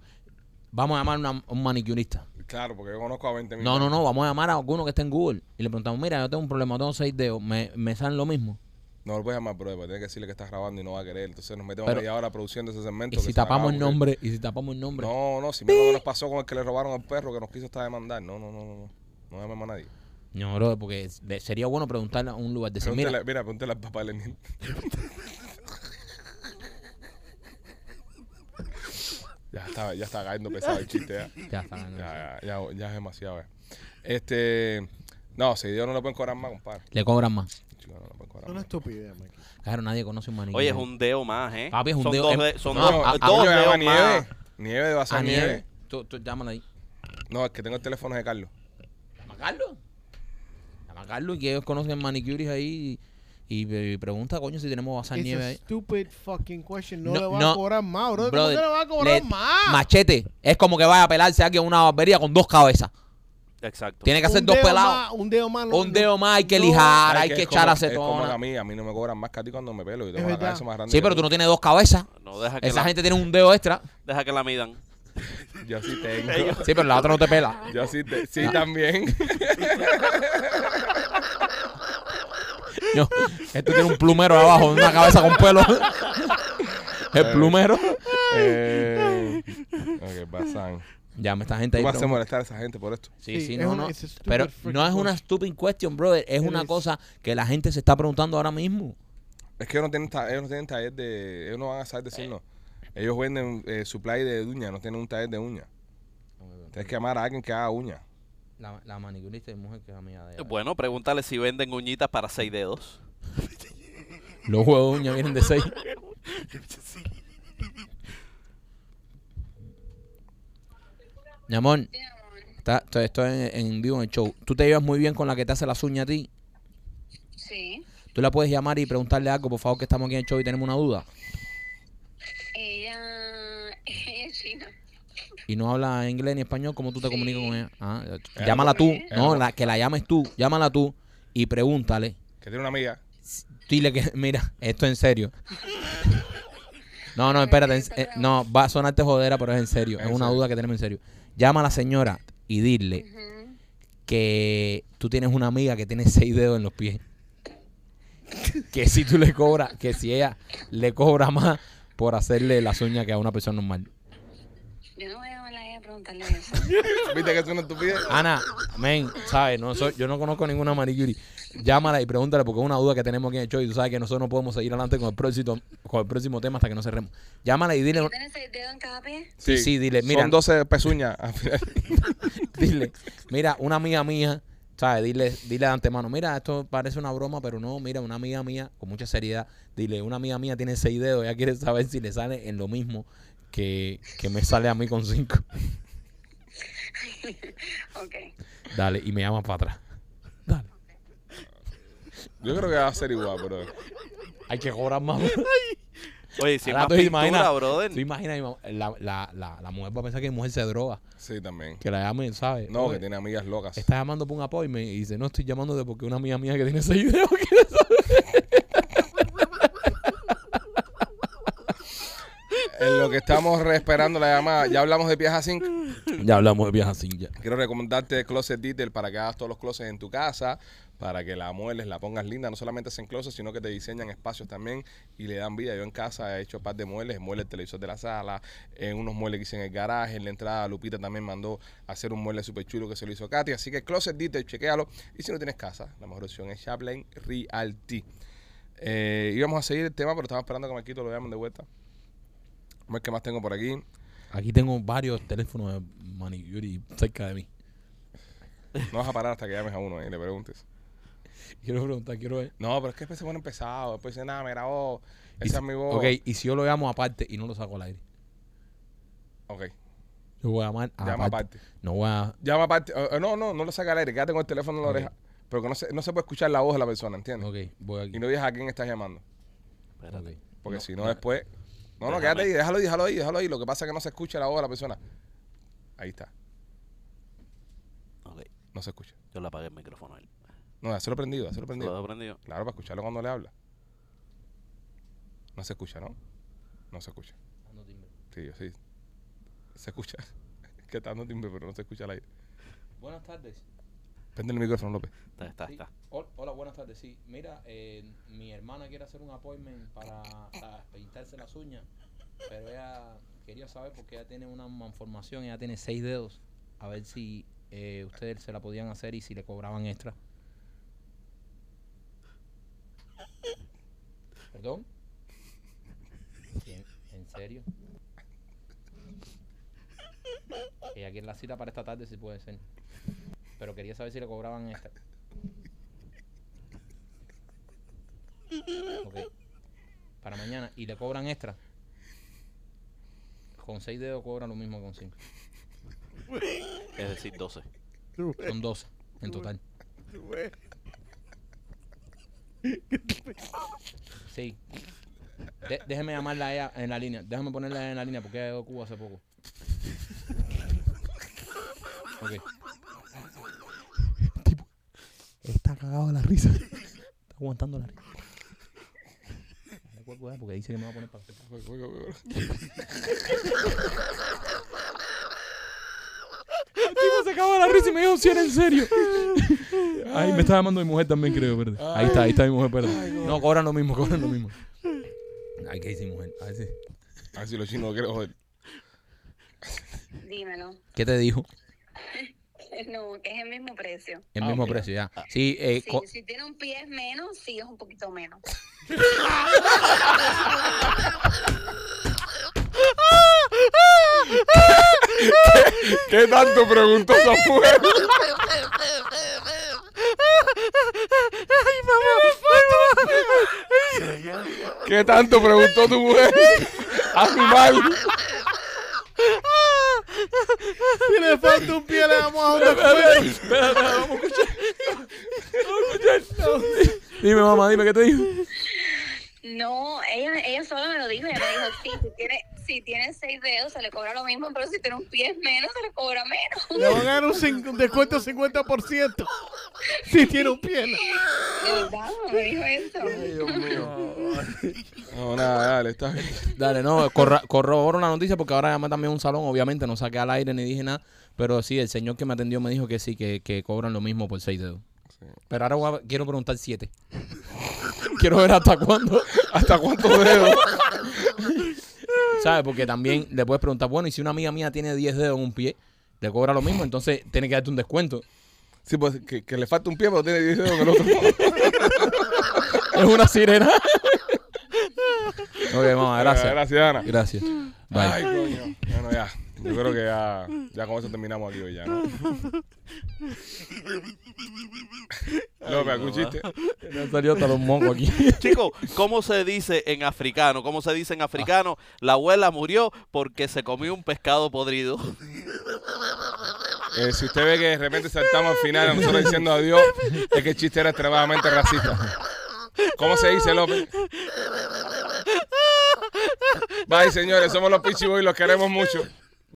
Vamos a llamar a una- un manicurista.
Claro, porque yo conozco a 20 mil.
No, no, no. Vamos a llamar a alguno que esté en Google. Y le preguntamos, mira, yo tengo un problema, tengo seis dedos. ¿Me, me salen lo mismo?
No lo puedes llamar, bro, porque tiene que decirle que estás grabando y no va a querer. Entonces nos metemos
Pero-
media hora produciendo ese segmento.
Y
que
si
se la
tapamos el
acaba de aburrir.
nombre, y si tapamos el nombre.
No, no, si mira lo que nos pasó con el que le robaron al perro que nos quiso estar demandar. No, no, no, no. No, no llamemos a nadie.
No, bro, porque es- de- sería bueno preguntarle a un lugar. Decir,
Pregúntale-
mira,
mira, pregúntale al papá de Lenin. ya, está, ya está cayendo pesado el chiste. Ya,
ya está, no,
ya, ya, ya- ya es demasiado. ya. Este. No, si Dios no lo pueden cobrar más, compadre.
le cobran más.
Chico, no lo pueden cobrar
Es una
más.
estupidez, Mikey.
Claro, nadie conoce un maniquí.
Oye, es un dedo más, ¿eh?
Papi, es un
son
dedo-
Dos
em-
de- son
No,
dos,
a- a-
dos
yo llamaba
dedos
nieve.
más.
Nieve va a ser
Ah,
nieve.
nieve. Tú, tú llámala ahí.
No, es que tengo el teléfono de Carlos.
¿Llama a Carlos? Llama a Carlos y que ellos conocen manicuris ahí. Y, y- y pregunta, coño, si tenemos basar
It's
nieve
a
ahí.
stupid fucking question. No,
No,
le va
no.
a cobrar más, bro. ¿Cómo
Brother,
te le va a cobrar
le-
más?
Machete. Es como que vaya a pelarse aquí a una barbería con dos cabezas.
Exacto.
Tiene que ser
Un
dos
dedo
pelados.
más, un dedo más. no-
Un dedo más, hay que
no.
lijar,
Ay,
hay que
es
echar
como-
a
Es como a
acetona.
mí, a mí no me cobran más que a ti cuando me pelo. Yo tengo
Es
la
verdad.
cabeza más grande.
Sí, pero tú no tienes dos cabezas.
No deja que
Esa
la,
gente tiene un dedo extra.
deja que la midan.
tienes. Yo sí
(laughs)
tengo.
Sí, pero la otra no te pela.
(laughs) Yo sí, te-
Ah.
sí
(laughs)
también.
No, este tiene un plumero abajo, una cabeza con
(laughs)
pelo. El plumero.
eh, ok, pasan.
Llama a esta gente ahí.
¿Cómo hace
pregunta.
molestar a esa gente por esto?
Sí,
Sí,
sí,
es
no,
una-
no.
it's a stupid
Pero
freaking
no es una
question.
stupid question, brother. Es
It
una
is.
cosa que la gente se está preguntando ahora mismo.
Es que ellos no tienen, ta- ellos no tienen taller de. Ellos no van a saber
Eh.
decirnos. Ellos venden eh, supply de uña, no tienen un taller de uña. Tienes que llamar a alguien que haga uña.
La, la manicurista de mujer que es amiga de ella.
Bueno, pregúntale si venden uñitas para seis dedos.
Los huevos de uña vienen de seis. Mi amor, está- estoy, estoy en, en vivo en el show. Tú te llevas muy bien con la que te hace las uñas a ti.
Sí.
Tú la puedes llamar y preguntarle algo, por favor, que estamos aquí en el show y tenemos una duda.
Ella, (laughs) ella es china.
Y no habla inglés ni español, ¿cómo tú te comunicas con ella? Ah,
Eh,
llámala tú.
eh.
No, la, que la llames tú. Llámala tú y pregúntale.
Que tiene una amiga. (laughs)
Dile que, (laughs) mira, esto es en serio. No, no, espérate. en- eh, no, va a sonarte jodera, pero es en serio. Es
En
una
serio.
duda que tenemos en serio. Llama a la señora y dile
Ujú.
que tú tienes una amiga que tiene seis dedos en los pies. Que si tú le cobras, que si ella le cobra más por hacerle las uñas que a una persona normal.
Yo no voy a llamarla a ella a preguntarle
(laughs)
eso.
¿Viste que es una estupidez?
Ana, men, ¿sabes? No soy, yo no conozco ninguna Marie Curie. Llámala y pregúntale porque es una duda que tenemos aquí en el show y tú sabes que nosotros no podemos seguir adelante con el próximo, con el próximo tema hasta que no cerremos. Llámala y dile,
¿Tienes el dedo en cada pie?
Sí, sí, dile, mira.
Son 12 pezuñas al final.
(laughs)
(laughs)
dile, mira, una amiga mía, ¿sabes? Dile, dile de antemano, mira, esto parece una broma, pero no, mira, una amiga mía, con mucha seriedad, dile, una amiga mía tiene seis dedos, ella quiere saber si le sale en lo mismo que, que me sale a mí con cinco.
Ok.
Dale, y me llama para atrás. Dale.
Yo creo que va a ser igual, pero.
Hay que cobrar más.
Oye, si es
Ahora
más
tú
pintura,
Ah, imaginas-
brother.
tú imaginas, ima- la, la, la, la mujer va a pensar que mi mujer se droga.
Sí, también.
Que la llamen, ¿sabes?
No, que
Oye,
tiene amigas locas.
Está llamando por un appointment y dice, no, estoy llamándote porque una amiga mía que tiene (laughs) seis videos quiere saber.
En lo que
(laughs)
estamos re- esperando la llamada, ya hablamos de Piaja 5.
Ya hablamos de viejas sin ya.
Quiero recomendarte Closet Detail para que hagas todos los closets en tu casa, para que la mueles, la pongas linda. No solamente hacen closets, sino que te diseñan espacios también y le dan vida. Yo en casa he hecho un par de muebles, muebles del televisor de la sala, eh, unos muebles que hice en el garaje, en la entrada. Lupita también mandó a hacer un mueble súper chulo que se lo hizo Katy. Así que Closet Detail, chequéalo. Y si no tienes casa, la mejor opción es Chaplain Realty. Eh, íbamos a seguir el tema, pero estaba esperando que Marquito lo llamen de vuelta. Vamos a ver qué más tengo por aquí.
Aquí tengo varios teléfonos de manicuri cerca de mí. (laughs)
No vas a parar hasta que llames a uno eh, y le preguntes.
Quiero preguntar, quiero ver.
No, pero es que después se pone empezado. Después dice, nada, me grabó.
Y
Esa es
si-
mi voz.
Ok, y si yo lo llamo aparte y no lo saco al aire.
Ok.
Yo voy a llamar a
Llama aparte.
No voy a...
Llama aparte. eh, eh, no, no, no lo saca al aire. Quédate con el teléfono en la oreja. Pero que no se, no se puede escuchar la voz de la persona, ¿entiendes?
Ok, voy aquí.
Y no digas a quién estás llamando.
Espérate.
Ok.
Porque si no, después. No, no, quédate
Déjame.
ahí, déjalo ahí, déjalo ahí, déjalo ahí. Lo que pasa es que no se escucha la voz de la persona. Ahí está.
Ok,
No se escucha.
Yo le apagué el micrófono a él.
No, hazlo prendido, hazlo
¿Lo
prendido.
dejo prendido?
Claro, para escucharlo cuando le habla. No se escucha, ¿no? No se escucha. Sí, yo sí. (laughs) Se escucha. Es que está dando timbre, pero no se escucha al aire.
Buenas tardes.
Prende el micrófono, López.
Está, está,
Sí.
está.
Hol- Hola, buenas tardes. Sí, mira, eh, mi hermana quiere hacer un appointment para, para pintarse las uñas, pero ella quería saber porque ella tiene una malformación, ella tiene seis dedos, a ver si eh, ustedes se la podían hacer y si le cobraban extra. ¿Perdón? Sí, ¿En, en serio? Ella quiere la cita para esta tarde, si puede ser. Pero quería saber si le cobraban extra. Ok. Para mañana. ¿Y le cobran extra? Con 6 dedos cobran lo mismo que con 5.
Es decir,
(laughs)
12.
Tú,
Son 12 en total.
tú ves.
Sí. De- déjeme llamarla a ella en la línea. Déjame ponerla a ella en la línea porque ella llegó a Cuba hace poco. Ok.
Está cagado de la risa. Está aguantando la risa.
Le voy a colgar Porque dice que me va a poner para hacer.
Pues,
El tipo se cagó de la risa y me dijo, si era en serio. (laughs) Ahí me está llamando mi mujer también, creo, ¿verdad? Ahí está, ahí está mi mujer, ¿verdad? No, cobran lo mismo, cobran lo mismo. Ay, ¿qué dice mi mujer? A ver si-
A ver si Ah, los chinos lo quieren joder.
Dímelo. (laughs)
¿Qué te dijo?
No, es el mismo precio.
El
Ah,
mismo
ok.
precio, ya. Sí, eh,
Sí,
co-
si tiene un pie es menos, sí es un poquito menos.
¿Qué tanto preguntó Samuel? ¿Qué tanto preguntó tu
(laughs)
mujer? Animal.
Si le falta un pie, le damos
(laughs)
a una escuela.
Dime, mamá, dime, ¿qué te dijo?
No, ella, ella solo me lo dijo. Ella me dijo, sí, si tiene, si tiene seis dedos se le cobra lo mismo, pero si tiene un pie es menos, se le cobra menos. (laughs)
Le van a dar un, cin- un descuento 50%. (laughs) Si tiene un pie. ¿no?
De verdad, me dijo eso.
No, nada, dale, está bien. (laughs)
Dale, no, corra- corroboro la noticia porque ahora llamé también a un salón, obviamente, no saqué al aire ni dije nada, pero sí, el señor que me atendió me dijo que sí, que, que cobran lo mismo por seis dedos. Pero ahora voy a- quiero preguntar siete. (laughs) quiero ver hasta cuándo,
¿Hasta cuántos dedos?
¿sabes? Porque también le puedes preguntar, bueno, y si una amiga mía tiene 10 dedos en un pie, le cobra lo mismo, entonces tiene que darte un descuento.
Sí, pues que, que le falta un pie, pero tiene 10 dedos en el otro.
Es una sirena. (laughs) ok, mamá,
Ah,
gracias.
Gracias, Ana.
Gracias. Bye.
Ay, coño. Bueno, ya. Yo creo que ya, ya con eso terminamos aquí hoy ya, ¿no? López, ¿algún chiste?
Me han salido hasta los mocos aquí.
Chicos, ¿cómo se dice en africano? ¿Cómo se dice en africano? La abuela murió porque se comió un pescado podrido.
Eh, si usted ve que de repente saltamos al final a nosotros diciendo adiós, es que el chiste era extremadamente racista. ¿Cómo se dice, López? Bye, señores. Somos los Pichiboy y los queremos mucho.